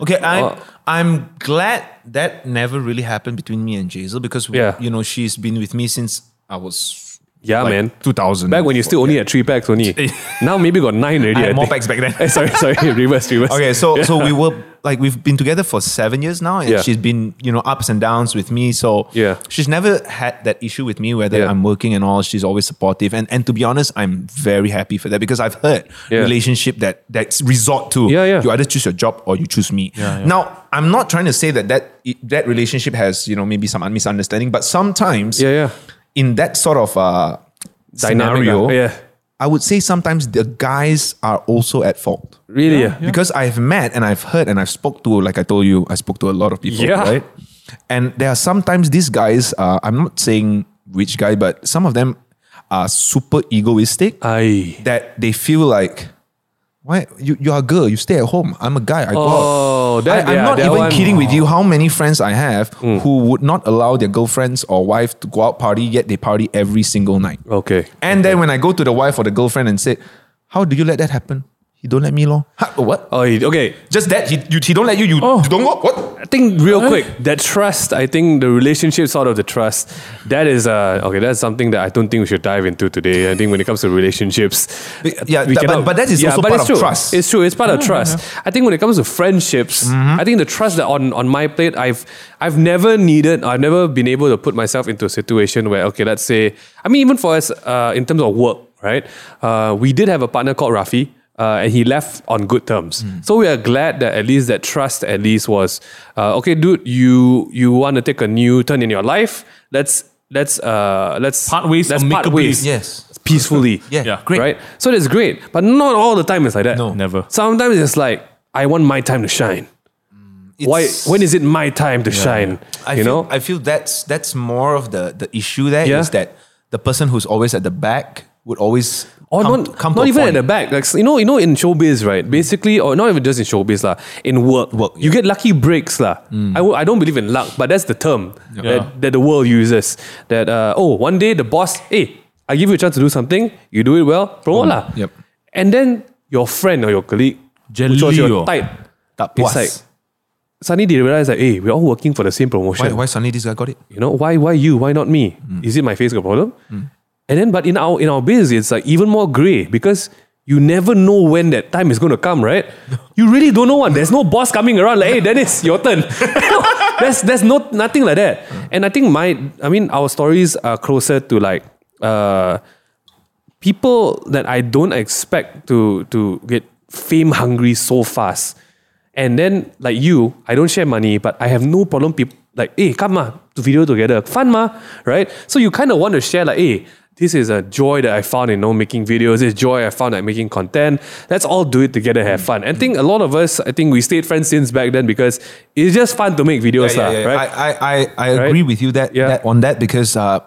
Okay, I'm I'm glad that never really happened between me and Jazel because Yeah. you know she's been with me since I was yeah, like man. 2000 Back when you still only had three packs only. now maybe got nine already. I I had more think. packs back then. Eh, sorry, sorry, reverse, reverse. Okay, so so we were like we've been together for seven years now, and Yeah. she's been you know ups and downs with me. So Yeah. she's never had that issue with me whether Yeah. I'm working and all. She's always supportive, and and to be honest, I'm very happy for that because I've heard Yeah. relationship that that's resort to Yeah, yeah. you either choose your job or you choose me. Now I'm not trying to say that that that relationship has you know maybe some misunderstanding, but sometimes Yeah, yeah. in that sort of uh, Dynamic, scenario, uh, yeah. I would say sometimes the guys are also at fault. Really? Yeah. Because I've met and I've heard and I've spoke to, like I told you, I spoke to a lot of people, Yeah. right? And there are sometimes these guys, uh, I'm not saying which guy, but some of them are super egoistic Uh. Aye. that they feel like, why you, you are a girl, you stay at home. I'm a guy, I go Oh, out. that- I, am yeah, not that even one- Mm. kidding with you how many friends I have who would not allow their girlfriends or wife to go out party, yet they party every single night. Okay. And then when I go to the wife or the girlfriend and say, "How do you let that happen?" He don't let me, lor. Ha, what? Oh, okay. Just that he you, he don't let you. You, Oh. you don't go. What? I think real quick that trust. I think the relationship sort of the trust. That is uh okay. That's something that I don't think we should dive into today. I think when it comes to relationships, Be- yeah, we that- but- but that is also but part it's of true. trust. It's true. It's part Ah, of trust. I think when it comes to friendships, Mm-hmm. I think the trust that on on my plate, I've I've never needed. I've never been able to put myself into a situation where okay, let's say. I mean, even for us, uh, in terms of work, right? Uh, we did have a partner called Rafi. Uh, and he left on good terms, Hmm. so we are glad that at least that trust at least was uh, okay, dude. You you want to take a new turn in your life? Let's let's uh let's Part ways Let's part amicably. ways. Yes. peacefully. Yeah, Yeah. great. Right? So that's great. But not all the time it's like that. No. Never. Sometimes it's like, I want my time to shine. Why It's- when is it my time to shine? I you feel, know? I feel that's that's more of the the issue there is Yeah. that the person who's always at the back would always or come, Oh, not, come to not a even at point. the back. Like you know, you know, in showbiz, right? Basically, or not even just in showbiz, lah. In work, Work, Mm. you get lucky breaks, lah. I w- I don't believe in luck, but that's the term that, that the world uses. That uh, oh, one day the boss, hey, I give you a chance to do something, you do it well, promote lah. Mm. yep. And then your friend or your colleague, which was your Jaleo. type, Tak it's puas. like suddenly they realize that hey, we're all working for the same why, promotion. why Mm. suddenly this guy got it? You know, why why you? Why not me? Is it my face got problem? Mm. And then but in our in our biz it's like even more grey because you never know when that time is gonna come, right? You really don't know one. There's no boss coming around like, hey Dennis, your turn. there's there's no nothing like that. And I think my I mean our stories are closer to like uh people that I don't expect to to get fame hungry so fast. And then like you, I don't share money, but I have no problem people like, hey, come ma, to video together. Fun ma, right? So you kind of want to share like, hey, this is a joy that I found in you know, making videos. This joy I found at making content. Let's all do it together, have fun. And I think a lot of us, I think we stayed friends since back then because it's just fun to make videos, lah, right? I, I, I, I agree Right? with you that, Yeah. that on that because uh,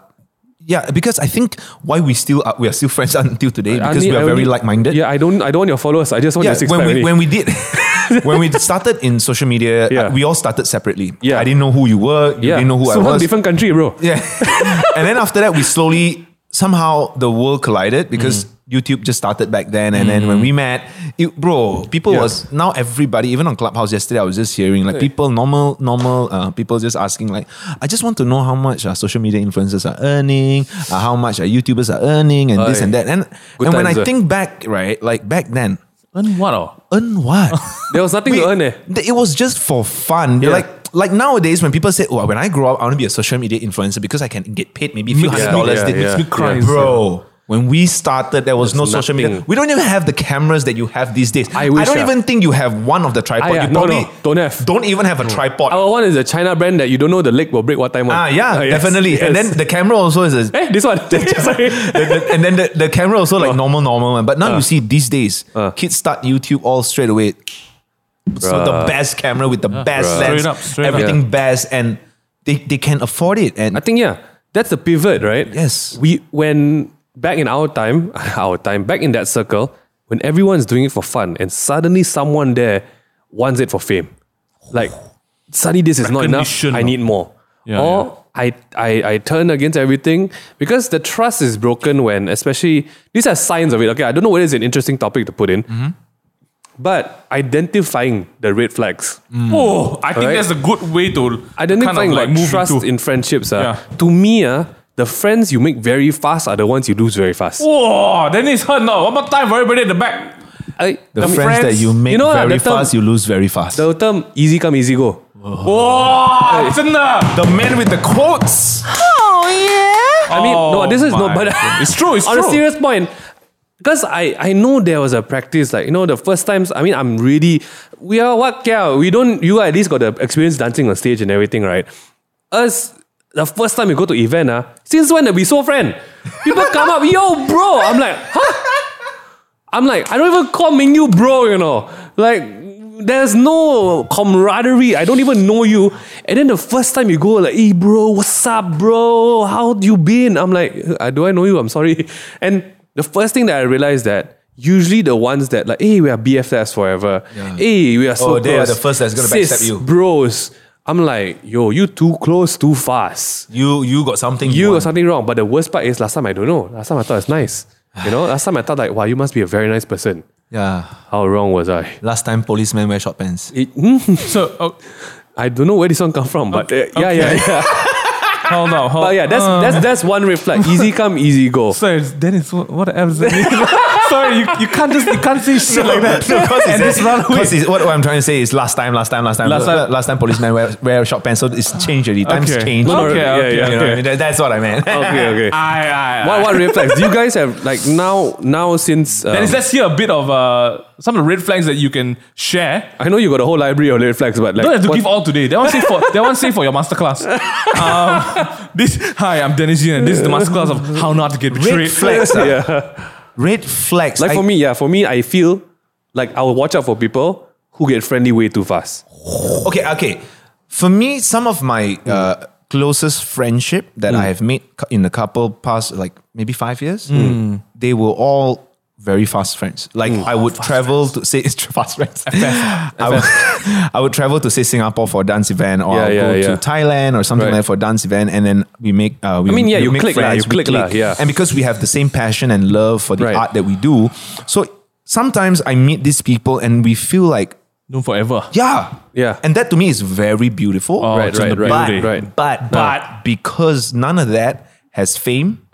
yeah, because I think why we still are, we are still friends until today I because mean, we I are very only- like minded. Yeah, I don't, I don't want your followers. I just want your six when pack we, only. when we did when we started in social media, Yeah. uh, we all started separately. Yeah. I didn't know who you were. You yeah, didn't know who so I was. different country, bro. Yeah. and then after that, we slowly somehow the world collided Mm. because YouTube just started back then. And then when we met, it, bro, people Yeah. was now everybody even on Clubhouse yesterday. I was just hearing like people normal normal uh, people just asking like, I just want to know how much uh, social media influencers are earning, uh, how much uh, YouTubers are earning, and this Aye. and that. And Good and when I times, eh? think back, right, like back then, And what? Oh? earn what? There was nothing to earn, eh? th- It was just for fun. Yeah. Like like nowadays when people say, "Oh, when I grow up, I want to be a social media influencer because I can get paid maybe a few Makes hundred me- dollars." yeah, yeah, That yeah. bro. When we started, there was no social media. nothing. We don't even have the cameras that you have these days. I wish, don't ah. even think you have one of the tripod. Ah, yeah. You No, no, don't have. Don't even have a tripod. Our one is a China brand that you don't know the leg will break what time. one. Ah, yeah, yes, definitely. And yes. then the camera also is a eh, this one. Sorry. the- the- and then the, the camera also like normal, normal one. But now you see these days, kids start YouTube all straight away. So the Bruh. best camera with the best Bruh. Straight lens, up, straight up. everything best, and they, they can afford it. And I think yeah, that's the pivot, right? Yes. We when back in our time, our time back in that circle, when everyone's doing it for fun, and suddenly someone there wants it for fame, like suddenly this is not enough. Recognition. I need more. Yeah, or I, I I turn against everything because the trust is broken when especially these are signs of it. Okay, I don't know whether it's an interesting topic to put in. Mm-hmm. But identifying the red flags. Oh, I think Alright. that's a good way to identifying like, move trust into- in friendships. Uh, Yeah. To me, uh, the friends you Oh. make very fast are the ones you lose very fast. Whoa, Dennis Hun, no. One more time for everybody at the back. I, The I mean, friends, that you make You know what, very the term- fast, you lose very fast. the term easy come, easy go. Whoa, it's in the. the man with the quotes. I mean, Oh no, this is no, my but goodness. It's true, it's on true. a serious point, because I I know there was a practice like you know the first times. I mean, I'm really we are what yeah we don't you at least got the experience dancing on stage and everything, right? Us. The first time we go to event, uh, since when are we so friend? People come up, yo, bro. I'm like, huh? I'm like, I don't even call Mingyu bro, you know. Like, there's no camaraderie. I don't even know you. And then the first time you go, like, hey, bro, what's up, bro? How you been? I'm like, "Uh, do I know you? I'm sorry. And the first thing that I realized that usually the ones that, like, hey, we are BFFs forever. Hey, we are so Oh, they are close. the first that's gonna Sis, backstab you." Bros. I'm like, yo, you too close too fast You you got something. you want. or something wrong. But the worst part is last time I don't know. Last time I thought it's nice. You know, last time I thought like, wow, you must be a very nice person. Yeah. How wrong was I? Last time policemen wear short pants. It- hmm, So oh, I don't know where this one come from, but uh, yeah, yeah, yeah, hold on, hold. But yeah, that's uh, that's that's one reflex. Easy come, easy go. So it's, then it's what, what else? does it mean? Sorry, you, you can't just you can't say shit like that. and just run away. Because it's- what, what I'm trying to say is last time, last time, last time, last Last time, time- last time policemen wear, wear short pants. So it's changed already. Times Okay. changed. No, no, You okay, yeah, okay, yeah, okay. know what I mean? That- That's what I meant. Okay, okay. Aye, aye, What what reflex? Do you guys have like now now since? Um, Dennis, let's hear a bit of uh, some of the red flags that you can share. I know you got a whole library of reflex, but like Don't have to what- give all today. That one say for that one say for your masterclass. Um, this hi, I'm Dennis Jean, and this is the masterclass of how not to get Red betrayed. flags. ah. yeah. Red flags. Like I- for me, yeah, for me, I feel like I will watch out for people who get friendly way too fast. Oh, Okay, okay. For me, some of my uh, closest friendship that Mm. I have made cou- in the couple past like maybe five years, Mm. they were all very fast friends. Like I would travel to say it's fast friends. I, would, I would travel to say Singapore for a dance event, or Yeah, I'll yeah, go yeah. to Thailand or something Right. like that for a dance event, and then we make. Uh, we, I mean, yeah, we you make click lah, friends, you we click lah, yeah. and because we have the same passion and love for the Right. art that we do, so sometimes I meet these people and we feel like No forever. yeah. Yeah. And that to me is very beautiful. Oh, Right, it's in right, the right, building. right. But but because none of that has fame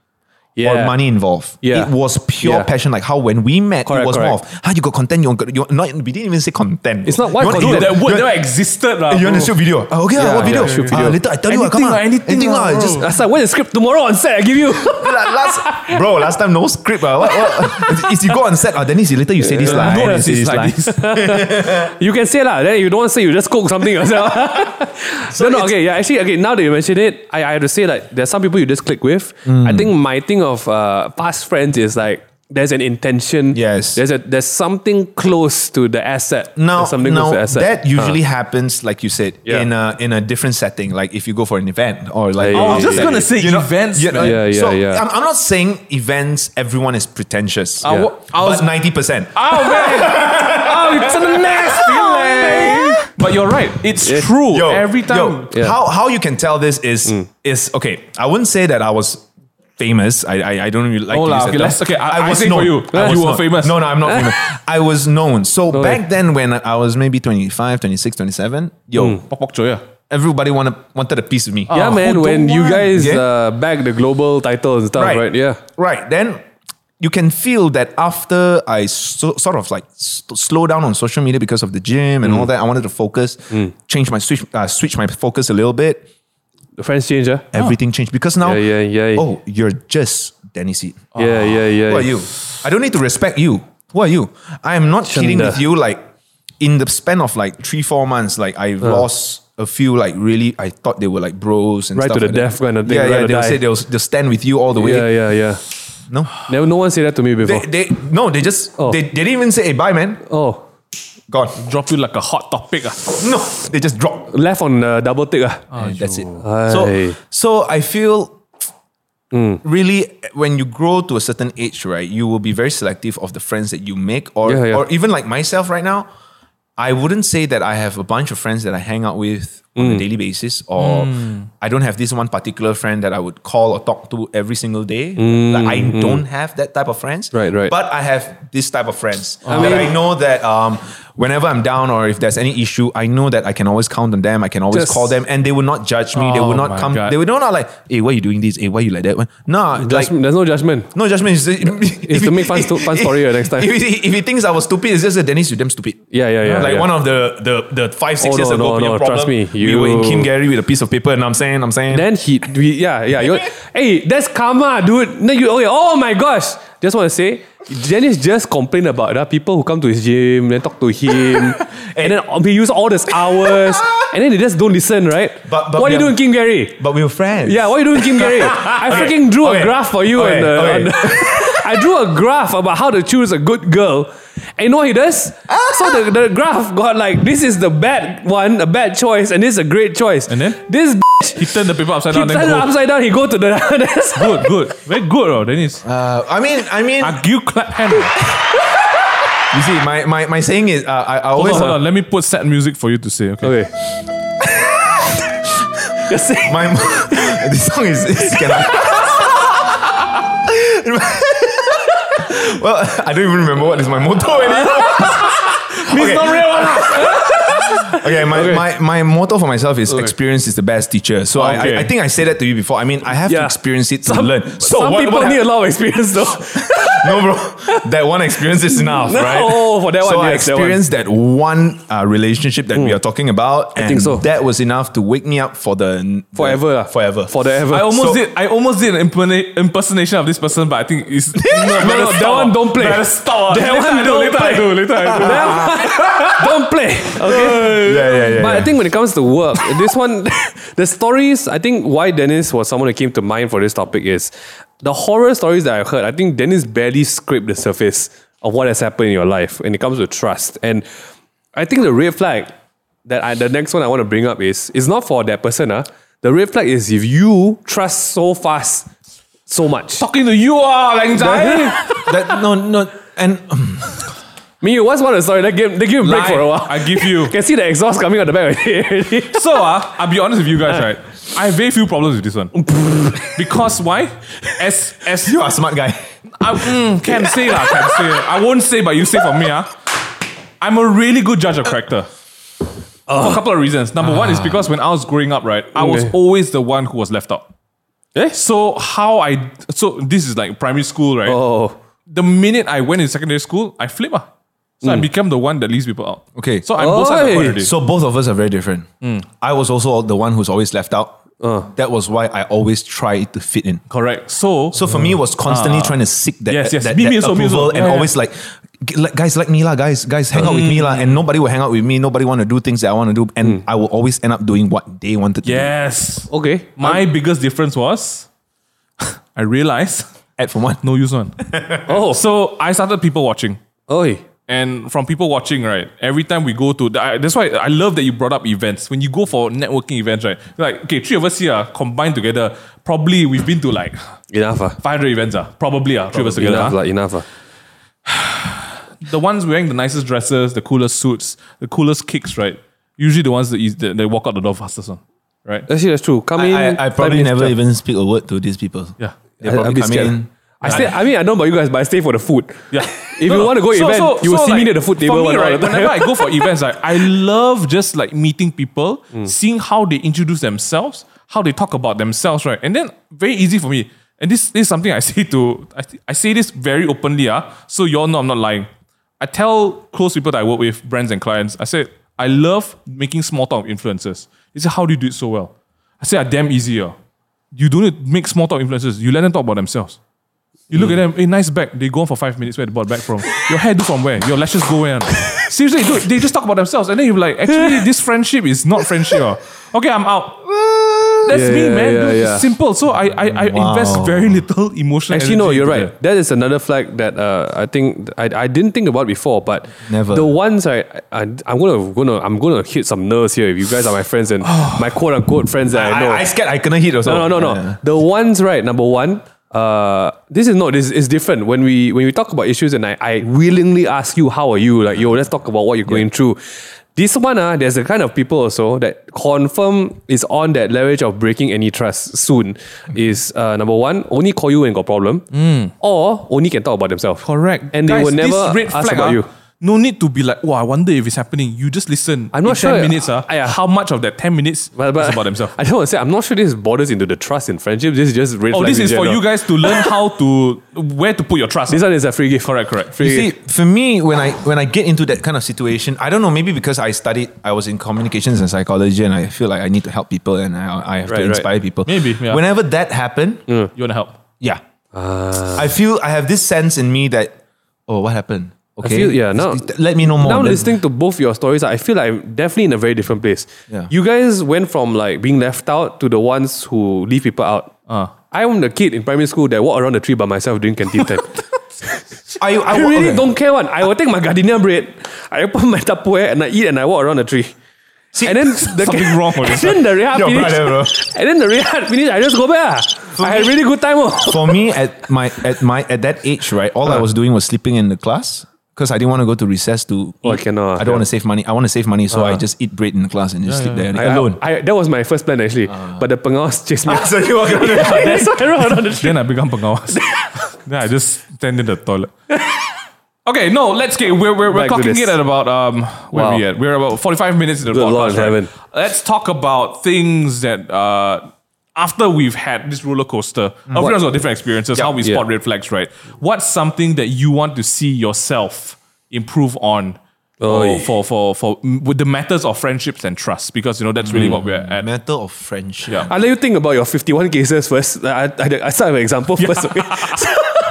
or Yeah. money involved. Yeah. It was pure Yeah. passion. Like how when we met, it Correct, was more correct. of how you got content, you got, you got- not we didn't even say content. It's not- why you want, Dude, content? that you word want- never existed. lah, you bro. want to shoot video? Oh, okay, Yeah, what video? yeah, shoot Ah, video. later I tell you, ah, come Anything on. lah, anything lah, lah, bro. just- That's like where's the script tomorrow on set? I give you. La- last, bro, last time no script. ah. What, what? Is you go on set? Ah, Dennis, later you say this line. No, and it's say this like line. this. You can say lah. Then you don't want to say. You just cook something yourself. no, no. Okay, yeah. Actually, okay. Now that you mention it, I, I have to say like there's some people you just click with. I Hmm. think my thing of uh, past friends is like there's an intention. Yes. There's a there's something close to the asset. Now, There's something close now to the asset. that Huh. usually happens, like you said, Yeah. in a in a different setting. Like if you go for an event or like, Yeah, I was Oh, yeah, just yeah, gonna say events. you know, man. yeah, yeah, so yeah. I'm, I'm not saying events. Everyone is pretentious. I wa- I was- but ninety percent. Oh man! oh, it's a nasty man. But you're right. It's true. Every time. Yeah. Mm. How how you can tell this is is okay. I wouldn't say that I was famous. I I, I don't really like. Oh to lah, use that okay, term. let's- okay, I- I think for you. I You was were known. famous. No, no, I'm not famous. I was known. So No, back like- then, when I was maybe 25, 26, 27, yo, Mm. Pok pok choya. everybody wanted wanted a piece of me. yeah, Oh, man. who When don't you want? guys Yeah. uh, bag the global title and stuff, Oh, right? Yeah. Right. Then you can feel that after I so, sort of like s- slow down on social media because of the gym and all Mm. that, I wanted to focus, change my switch, uh, switch my focus a little bit. The friends change, huh? Everything changed because now, Yeah, yeah, yeah. oh, you're just Danny Seed. Yeah, yeah, yeah. Who are Ah. you? I don't need to respect you. Who are you? I am not cheating Shanda. with you. Like in the span of like three, four months, like I've lost a few. Like really, I thought they were like bros and Right to stuff the like death that. kind of thing, Yeah, right to yeah. They'll die. say they'll, they'll stand with you all the way. Yeah, yeah, yeah. No, Never, no one said that to me they, before. they no, they just Oh. they, they didn't even say hey bye man. oh, Gone. Drop you like a hot topic. ah. No, they just drop. left on uh, double tick. ah. And that's it. Aye. Mm. So so I feel really when you grow to a certain age, right, you will be very selective of the friends that you make or Yeah, yeah. or even like myself right now. I wouldn't say that I have a bunch of friends that I hang out with on Mm. a daily basis, or I don't have this one particular friend that I would call or talk to every single day. Like I don't have that type of friends. Mm. Mm-hmm. Right, right. But I have this type of friends that I know that um, whenever I'm down or if there's any issue, I know that I can always count on them. I can always Just- call them, and they will not judge me. they Oh will not my come. God. They will not like, hey, why you doing this? Hey, why you like that one? Nah, Judge- like there's no judgment. no judgment. It's, it's to make fun sto- fun story, uh, next time. If he, if he thinks I was stupid, it's just that Dennis, you're damn stupid. Yeah, yeah, yeah, Like yeah. one of the the the five six Oh, years no, ago, no, punya no, trust problem, me, we were in you- Kim Gary with a piece of paper, and I'm saying, I'm saying, Then he, we, yeah, yeah. you hey, that's karma, dude. No, you, okay, oh my gosh. Just want to say, Dennis just complained about other people who come to his gym, then talk to him, and then um, he use all these hours, and then they just don't listen, right? But- but what are you we doing, are- Kim Gary? but we were friends. Yeah, what are you doing, Kim Gary? I freaking drew okay, a graph for you. okay, and, uh, okay. on- I drew a graph about how to choose a good girl. And you know what he does? so the, the graph got like, this is the bad one, a bad choice, and this is a great choice. And then? This He turned the paper upside he down. turned Then go. it upside down. He go to the other side. Good, good, very good, bro. Dennis, Uh, I mean, I mean, I give clap hand. you see, my my, my saying is, uh, I, I Hold always on, hold on. Let me put sad music for you to say. Okay. Okay. Just say, my this song is, is can I- well, I don't even remember what is my motto anymore. okay. It's not real. Okay, my, my, my motto for myself is experience is the best teacher. So I- Okay. I, I think I said that to you before. I mean, I have to Yeah. experience it to some, learn. So some what, people what hap- need a lot of experience though. no, bro, that one experience is enough, No, right? for that so one, I yes, that one. Hmm. experienced that one, uh, relationship that we are talking about, and think so. that was enough to wake me up for the Forever ah. lah. forever, Forever. I almost So- did. I almost did an imperna- impersonation of this person, but I think it's no, no, that one don't play. Better stop. That later one I do, don't later I do. play. Later I do. Don't play. Okay. Yeah, yeah, yeah. But yeah. I think when it comes to work, this one, the stories, I think why Dennis was someone that came to mind for this topic is the horror stories that I heard. I think Dennis barely scraped the surface of what has happened in your life when it comes to trust. And I think the red flag that I, the next one I want to bring up is, is not for that person. Huh? The red flag is if you trust so fast, so much. Talking to you, ah, like I that, no, no, and Me, what's one of the story? They give, they give him a break for a while. I give you. You can see the exhaust coming out the back of it already. So ah, I'll be honest with you guys, right? I have very few problems with this one because why? As as you are a Ah, smart guy. I mm, can say lah, can say. I won't say, but you say for me ah. I'm a really good judge of character. For a couple of reasons. Number one is because when I was growing up, right, I was Ah. Okay. always the one who was left out. Eh? So how I so this is like primary school, right? Oh. The minute I went in secondary school, I flip ah. So I became the one that leaves people out. Okay. So I'm both sides of the Hmm. Oi. coin already. So both of us are very different. I was also the one who's always left out. That was why I always try to fit in. Correct. So So for me, it was constantly trying to seek that, Yes, yes. that, Me, that me also, me also. approval and Yeah, yeah. always like, "G- like, guys like me lah, guys, guys hang out with me lah, and nobody will hang out with me. Nobody want to do things that I want to do, and I will always end up doing what they wanted to do. yes. Okay. My biggest difference was I realized At for one, no use one. Oh. So I started people watching. Oi. And from people watching, right? Every time we go to, I, that's why I love that you brought up events. When you go for networking events, right? Like, okay, three of us here combined together, probably we've been to like Enough. Ah. 500 events, ah, probably, ah, three of us together. Enough. ah. Like, enough. Ah. The ones wearing the nicest dresses, the coolest suits, the coolest kicks, right? Usually the ones that, is, that they walk out the door fastest on, right? Actually, that's true. Come in. I, I, I five probably minutes never chat. even speak a word to these people. Yeah. They I- I'm a probably bit come scared. in. I stay. I mean, I don't know about you guys, but I stay for the food. Yeah. If you want to go event, you will see me at the food table For me, one all right, the time. whenever I go for events, like, I love just like meeting people, Mm. seeing how they introduce themselves, how they talk about themselves, right? And then very easy for me. And this, this is something I say to I, th- I say this very openly, ah, so you all know I'm not lying. I tell close people that I work with, brands and clients, I say, I love making small talk with influencers. They say, how do you do it so well? I say, ah, damn easy. ah. You don't need to make small talk with influencers. You let them talk about themselves. You look at them, Hmm. hey, nice bag. They go on for five minutes. Where they bought back from? Your hair do from where? Your lashes go where? Seriously, dude, they just talk about themselves, and then you're like, actually, this friendship is not friendship. ah. Okay, I'm out. That's Yeah, me, yeah, man. yeah, dude, yeah. It's simple. So I, I, I invest very little emotional. Actually, no, energy you're into right. That is another flag that uh, I think I, I didn't think about before, but Never. the ones I, I I'm gonna gonna I'm gonna hit some nerves here. If you guys are my friends and my quote unquote friends that I, know, I, I scared I couldn't hit also. No, no, no, no. Yeah. The ones right, number one, uh, this is no, this is different. When we when we talk about issues, and I, I willingly ask you, how are you? Like, yo, let's talk about what you're going through. This one, ah, there's a kind of people also that confirm is on that leverage of breaking any trust soon. Is uh, number one, only call you when got problem, or only can talk about themselves. Mm. Correct. And they Guys, will never this red ask flag, about ah, you. No need to be like, oh, I wonder if it's happening. You just listen. I'm not in sure. 10 minutes, ah, Ah, yeah. how much of that 10 minutes But, but is about themselves? I don't want to say I'm not sure this borders into the trust in friendship. This is just red Oh, this flags in is for general. you guys to learn how to, where to put your trust. This one is a free gift. Correct, correct. Free You see, gift. for me, when I when I get into that kind of situation, I don't know. Maybe because I studied, I was in communications and psychology, and I feel like I need to help people and I, I have Right, right. to inspire people. Maybe, yeah. Whenever that happened, you want to help? yeah, Ah. I feel I have this sense in me that oh, what happened? Okay, feel- yeah, now- let me know more. Now Let- listening to both your stories, I feel like I'm definitely in a very different place. Yeah. You guys went from like being left out to the ones who leave people out. Uh. Ah. I'm the kid in primary school that walk around the tree by myself during canteen time. I, I, I wa- really okay. don't care one. I will take my gardenia bread, I open my Tupperware and I eat and I walk around the tree. and then the something wrong with and this then the rehat Your finish. brother, bro. And then the rehat finish. I just go back. ah. I had really good time. Oh. For me, at my at my at that age, right, all Uh. I was doing was sleeping in the class because I didn't want to go to recess to. Oh, I eat. cannot, I yeah. Uh. don't want to save money. I want to save money, so I just eat bread in the class and just sleep there I- alone. Ah. I, that was my first plan actually, but the pengaus chased me. so you walk around. That's why I ran on the Then I become pengawas. then I just stand in the toilet. okay, no, let's get. We're, we're, we're Back to clocking this. it at about um where Wow. we at. We're about forty five minutes into the Good podcast. Lord in right? heaven. Let's talk about things that uh after we've had this roller coaster. Everyone's got different experiences. how we yeah. spot red flags, right? What's something that you want to see yourself improve on? Oi. For, for for for with the matters of friendships and trust because you know that's Mm. really what we're at. Matter of friendship. Yeah. I'll Uh, let you think about your 51 cases first. Uh, I, I, I start with an example first, okay?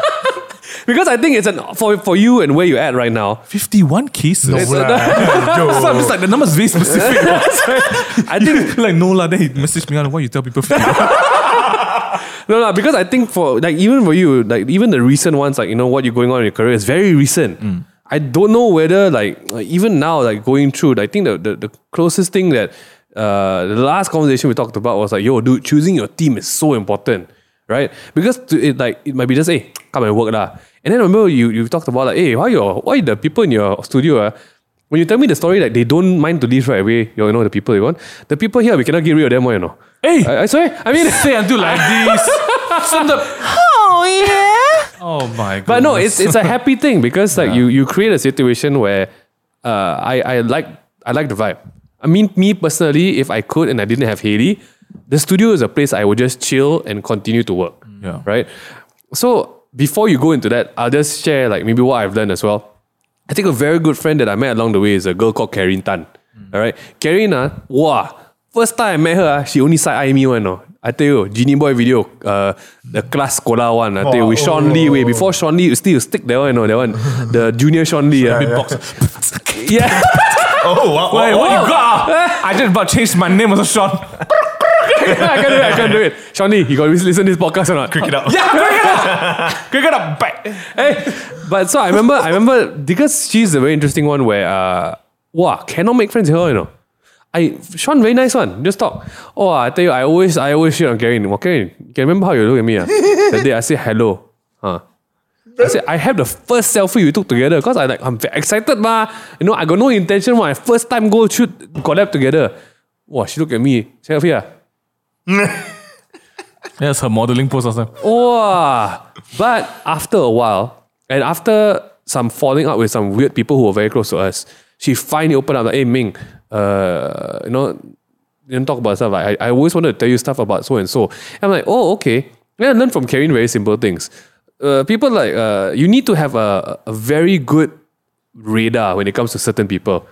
because I think it's an for, for you and where you're at right now. Fifty one cases. It's so a- I'm just like the number's very specific. I think like no lah. Then he messaged me on why you tell people. no, no, because I think for like even for you, like even the recent ones, like you know what you're going on in your career is very recent. I don't know whether like like, even now, like going through. I think the the, the closest thing that uh, the last conversation we talked about was like, yo, dude, choosing your team is so important, right? Because to, it like it might be just hey, come and work lah. And then remember you you talked about like hey, why your why the people in your studio ah. When you tell me the story, like they don't mind to leave right away, you know, the people they want. The people here, we cannot get rid of them, you know. Hey! I, I swear. Uh, I mean, say until like this. Oh yeah. Oh my god. But no, it's it's a happy thing because like you you create a situation where uh, I I like I like the vibe. I mean, me personally, if I could and I didn't have Haley, the studio is a place I would just chill and continue to work. Yeah. Right. So before you go into that, I'll just share like maybe what I've learned as well. I think a very good friend that I met along the way is a girl called Karin Tan. Mm. All right. Karin, uh, wow. First time I met her, ah, she only side eye me one. Oh. I tell you, Genie Boy video, uh, the class Kola one. I tell you, with Sean Lee, way before Sean Lee, still stick that one, you know, that one. The junior Sean Lee. ah. yeah. Oh, wow. Wait, what you got? Ah, I just about changed my name as a Sean. I can't do it. I can't do it. Sean Lee, you got to listen to this podcast or not? Pick it up. Yeah, bring it up. Bring it up back. hey, but so I remember, I remember because she's a very interesting one where, uh, wow, cannot make friends with her, you know. I Sean very nice one. Just talk. Oh, I tell you, I always, I always shit on Karen. Well, Karen, can you remember how you look at me? Uh? that day I said hello. Huh. I said I have the first selfie we took together because I like I'm ve- excited, ma. You know, I got no intention when I first time go shoot collab together. Wow, she looked at me. Selfie, ah. That's her modeling post last time. Wow. But after a while, and after some falling out with some weird people who were very close to us, she finally opened up like, hey Ming, uh, you know, you don't talk about stuff. Like, I, I always wanted to tell you stuff about so and so. And I'm like, oh, okay. And I learned from Karen very simple things. Uh, people like, uh, you need to have a, a very good radar when it comes to certain people.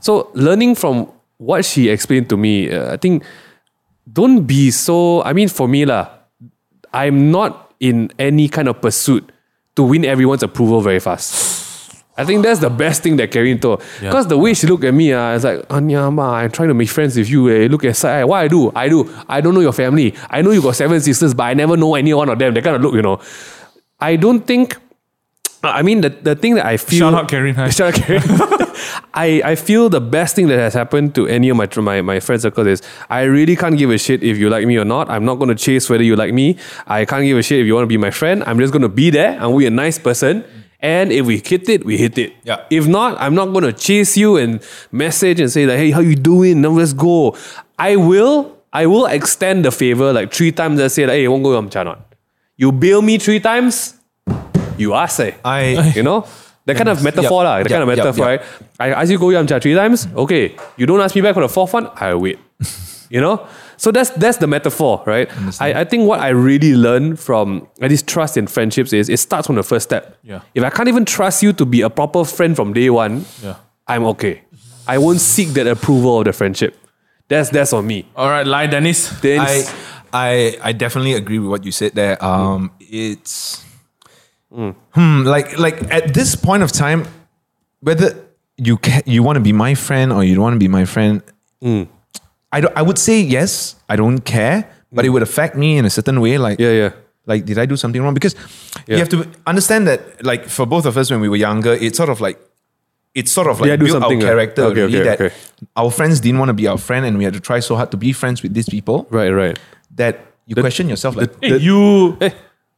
So learning from what she explained to me, uh, I think don't be so. I mean, for me lah, I'm not in any kind of pursuit to win everyone's approval very fast. I think that's the best thing that Karen told. Because the way she looked at me, uh, I was like, Anya, ma, I'm trying to make friends with you. Eh. Look at side. eye. What I do? I do. I don't know your family. I know you got seven sisters, but I never know any one of them. That kind of look, you know. I don't think I mean, the, the thing that I feel. Shout out Karen Hai. Shout out Karen. I, I feel the best thing that has happened to any of my, my, my friend circle is I really can't give a shit if you like me or not. I'm not going to chase whether you like me. I can't give a shit if you want to be my friend. I'm just going to be there and we a nice person. And if we hit it, we hit it. Yeah. If not, I'm not going to chase you and message and say like, hey, how you doing? Now let's go. I will, I will extend the favor like three times. I say like, hey, you won't go, I'm not. You bail me three times, you ask eh. I- you know that kind of metaphor Yup, lah, that yup, kind of yup, metaphor yup. right I ask you go yam cha three times okay you don't ask me back for the fourth one I wait you know so that's that's the metaphor right I, I think what I really learned from at least trust in friendships is it starts from the first step Yeah. if I can't even trust you to be a proper friend from day one Yeah. I'm okay I won't seek that approval of the friendship that's that's on me All right, lie, Dennis. then I, I I definitely agree with what you said Mm. there. Um, it's hmm, like like at this point of time, whether you ca- you want to be my friend or you don't want to be my friend, Mm. I don't, I would say yes. I don't care, but it would affect me in a certain way. Like Mm. yeah yeah like did I do something wrong? Because Yeah. you have to understand that like for both of us when we were younger, it's sort of like it's sort of Yeah, like do built our something, uh, character okay, already okay, that okay. our friends didn't want to be our friend and we had to try so hard to be friends with these people right right that you question yourself like Hey, you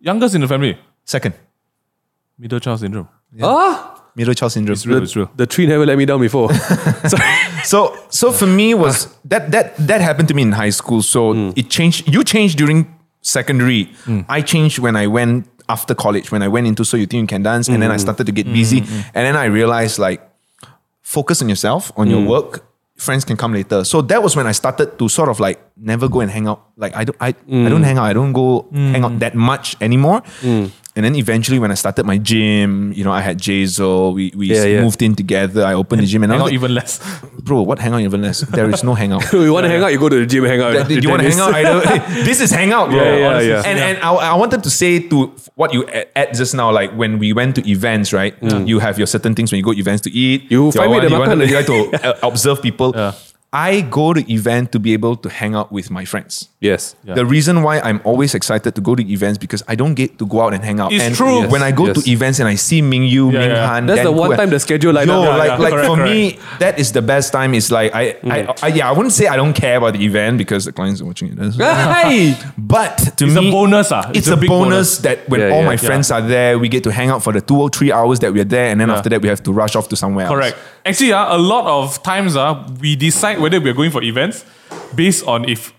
youngest in the family, second middle child syndrome. ah middle child syndrome. It's real. It's real. the tree never let me down before So so for me was that that that happened to me in high school. So it changed. You changed during secondary. I changed when I went after college. When I went into so you think you can dance, and then I started to get busy, and then I realized like focus on yourself on your work. Friends can come later. So that was when I started to sort of like never go and hang out. Like I don't I, I don't hang out. I don't go hang out that much anymore. And then eventually when I started my gym, you know, I had Jazel, we, we Yeah, yeah. moved in together, I opened the gym and I Hang out was like, even less. bro, what hangout even less? There is no hangout. you want to hang out you go to the gym hang out That- you want to hang out? I don't- hey, this is hangout, bro. Yeah, yeah, honestly. yeah. And and I, I wanted to say to what you a- add just now, like when we went to events, right? You have your certain things when you go to events to eat. You your find way one- to you want makan. to you like to uh, observe people. Yeah. I go to event to be able to hang out with my friends. Yes. The reason why I'm always excited to go to events because I don't get to go out and hang out. It's and true. When I go Yes, to events and I see Ming Yu, Yeah, Ming yeah. Han, That's the Dan one Ku- time the schedule line Yo, up. Yeah, like, yeah. like Correct, Mm. for me, that is the best time. Is like I, I, I, yeah, I wouldn't say I don't care about the event because the clients are watching it. Hey! But to It's a me, bonus, ah. It's, a, big bonus, that when Yeah, all yeah, my yeah. friends are there, we get to hang out for the two or three hours that we're there, and then Yeah. after that we have to rush off to somewhere else. Correct. Actually, uh, a lot of times uh, we decide whether we're going for events based on if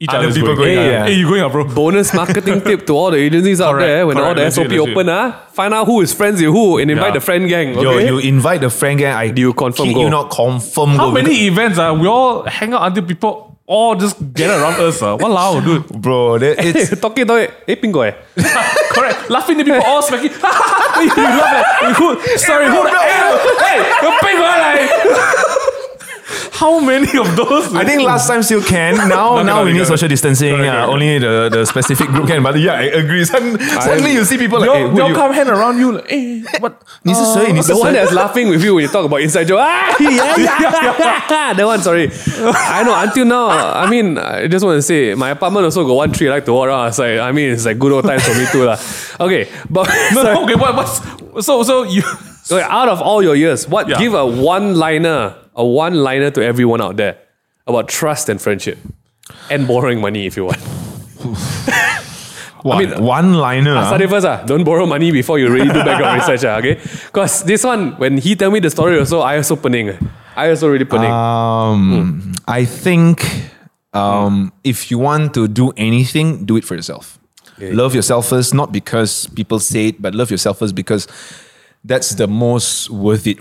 each Other other's people going. going, hey, yeah. hey, you going up, bro? Bonus marketing tip to all the agencies out Correct, there when all correct, the legit, SOP legit. open, ah, find out who is friends with who and invite Yeah. the friend gang. Yo, Okay? you invite the friend gang. I You confirm kid go. You not confirm How go many events uh, we all hang out until people all just get around us? Uh. Walao, dude. because- bro? that- Hey, It's talking to it. Hey, Pingo, eh? Correct. Laughing at people all smacking. you laugh at who, sorry, who the hell? Hey, the big one like How many of those? I think last time still can. Now, No, now no, we no, need no. social distancing. Correct, yeah, correct. only the, the specific group can. But yeah, I agree. Sudden, suddenly you see people like, hey, they'll, who they'll you? come hand around you like, hey, what? This is Sir, this The is one Sir. that's laughing with you when you talk about inside joke. Ah, yeah, yeah, yeah, yeah. That one, sorry. I know, until now, I mean, I just want to say, my apartment also got one tree I like to walk around. It's like, I mean, it's like good old times for me too. lah. Okay, but No, no, okay, what, what's so so you Okay, out of all your years, what Yeah. give a one liner, a one liner to everyone out there about trust and friendship and borrowing money if you want. One, mean, one liner. I Start it first, ah. Don't borrow money before you really do background research, ah, okay? Because this one, when he tell me the story, also I also pening, eh. I also really pening. Ah, Um, I think um, if you want to do anything, do it for yourself. Love yourself first, not because people say it, but love yourself first because that's the most worth it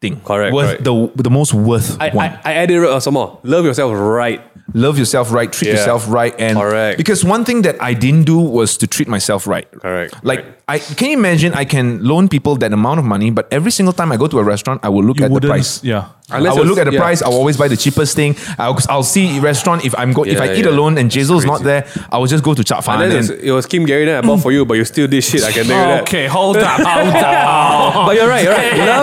thing. Correct, Worth correct. the the most worth I, one. I, I added uh, some more. Love yourself right. love yourself right, treat Yeah. yourself right, and Correct. because one thing that I didn't do was to treat myself right. Correct, Like correct. I can you imagine I can loan people that amount of money, but every single time I go to a restaurant, I will look at the price. Yeah. Unless I you're- will look at the yeah. price. I'll always buy the cheapest thing. I'll, I'll see restaurant if I'm go if Yeah, I eat yeah. alone and Jezel's not there. I will just go to Ah, Chat Fan. Unless it's- And, it was Kim Gary that I bought for you, but you still did shit. I can tell you that. Okay, hold up, hold up. But you're right, you're right. Love,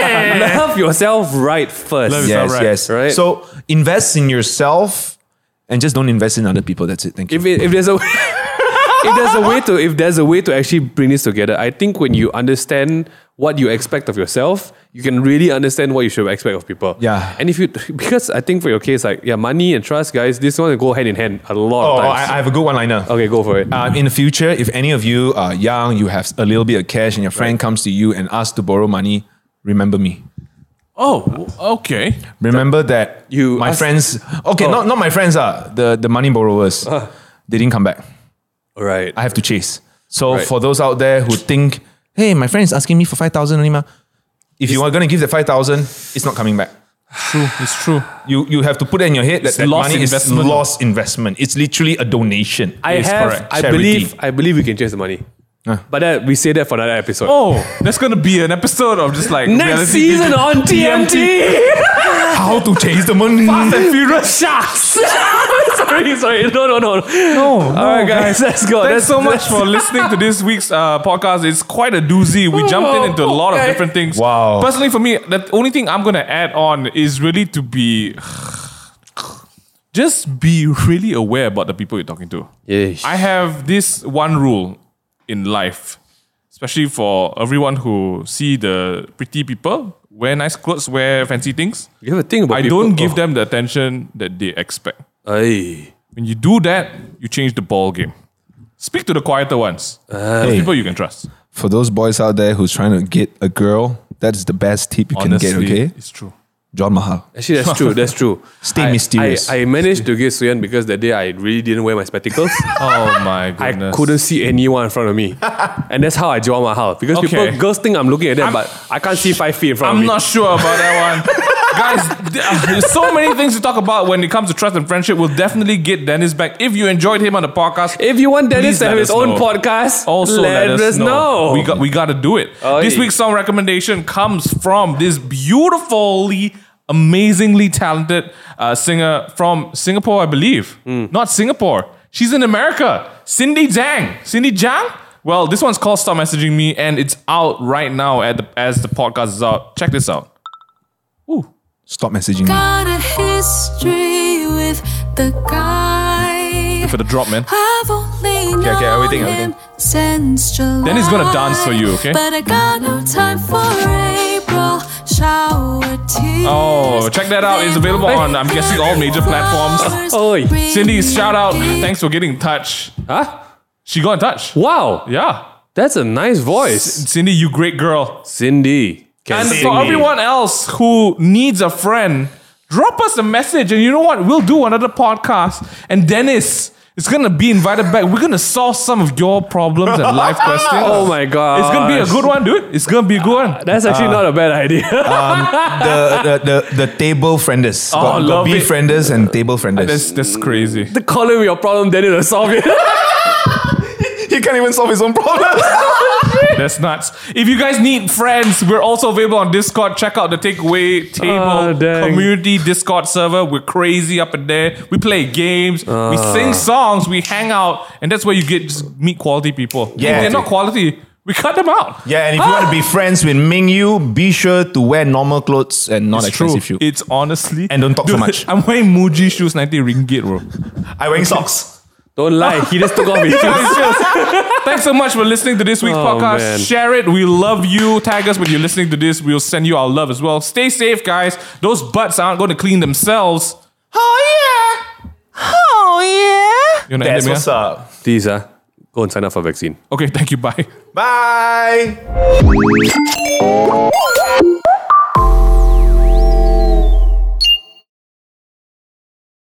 love yourself right first. Love yourself. yes, alright, right? yes. So invest in yourself and just don't invest in other people. That's it. Thank you. if it, if there's a if there's a way to if there's a way to actually bring this together, I think when you understand what you expect of yourself, you can really understand what you should expect of people. Yeah. And if you, because I think for your case, like, yeah, money and trust, guys, this one go hand in hand a lot Oh, of I, times. I have a good one liner. okay, go for it. Uh, in the future, if any of you are young, you have a little bit of cash, and your friend comes to you and asks to borrow money, remember me. Oh, okay. Remember that you my ask- friends. Okay, Oh. Uh. not not my friends. Uh, the the money borrowers, they didn't come back. All right. I have to chase. So Right. for those out there who think, hey, my friend is asking me for five thousand only, ma. If you are gonna give the five thousand, it's not coming back. True. It's true. You you have to put it in your head that, that lost money investment. is lost investment. It's literally a donation. I It's have. correct. I Charity. believe. I believe we can change the money. But that, we say that for another episode. Oh, that's gonna be an episode of just like reality Next season TV. on TMT. how to chase the money. Fast and Furious Sharks. sorry, sorry. No, no, no. No, All right, guys. Let's go. Thanks That's- so much for listening to this week's uh, podcast. It's quite a doozy. We jumped in into a lot of Oh, Okay. different things. Wow. Personally, for me, the only thing I'm gonna add on is really to be just be really aware about the people you're talking to. Yeesh. I have this one rule in life, especially for everyone who see the pretty people wear nice clothes, wear fancy things. You have a thing about I people. don't give them the attention that they expect. Oh. Aye. When you do that, you change the ball game. Speak to the quieter ones. Those Hey. people you can trust. for those boys out there who's trying to get a girl, that is the best tip you Honestly, can get, okay? it's true. John Mahal. Actually, that's true. That's true. Stay I- mysterious. I, I managed to get Suyan because that day I really didn't wear my spectacles. Oh my goodness. I couldn't see anyone in front of me, and that's how I draw my house because Okay. people girls think I'm looking at them, I'm- but I can't see five feet in front of I'm me. not sure about that one. Guys, th- uh, there's so many things to talk about when it comes to trust and friendship. We'll definitely get Dennis back. If you enjoyed him on the podcast, If you want Dennis Please to have let his us own know. podcast, also let, us, know. We got we got to do it. Oh, this yeah. week's song recommendation comes from this beautifully, amazingly talented uh, singer from Singapore, I believe. Not Singapore. She's in America. Cindy Zhang. Cindy Zhang. Well, this one's called "Stop Messaging Me" and it's out right now at the, as the podcast is out. Check this out. Ooh. Stop messaging me. Got a history with the guy. For the drop, man. I've only known okay, everything, everything. him since July. Then he's gonna dance for you, okay? But I got no time for April shower tears. Oh, check that out. It's available Then on, I'm guessing, all major platforms. Oi. Cindy, shout out. Thanks for getting in touch. Huh? She got in touch. Wow, Yeah. that's a nice voice, Cindy, you great girl. Cindy. Can And sing for me. everyone else who needs a friend, drop us a message. And you know what? We'll do another podcast. And Dennis is going to be invited back. We're going to solve some of your problems and life questions. Oh my Ah, god, It's going to be a good one, dude. It's going to be a good one. That's actually not a bad idea. the, the, the, the table frienders. Oh, got, got love beef it. frienders and table That's, frienders. that's crazy. the column your problem, then it'll solve it. He can't even solve his own problems. That's nuts. If you guys need friends, we're also available on Discord. Check out the Takeaway Ah, Table dang. community Discord server. We're crazy up in there. We play games, we Ah. sing songs, we hang out, and that's where you get just meet quality people. Yeah. If they're not quality, we cut them out. yeah, and if you want to be friends with Ming Yu, be sure to wear normal clothes and not It's true. expensive shoes. It's honestly. And don't talk so Dude, much. I'm wearing Muji shoes, 90 ringgit, bro. I wearing socks. Don't lie, he just took off his shoes. Thanks so much for listening to this week's Oh, podcast. man. Share it. We love you. Tag us when you're listening to this. We'll send you our love as well. Stay safe, guys. Those butts aren't going to clean themselves. Oh, yeah. Oh, yeah. You want to end That's it, Mia? what's up. Please, uh, go and sign up for vaccine. Okay, thank you. Bye. Bye.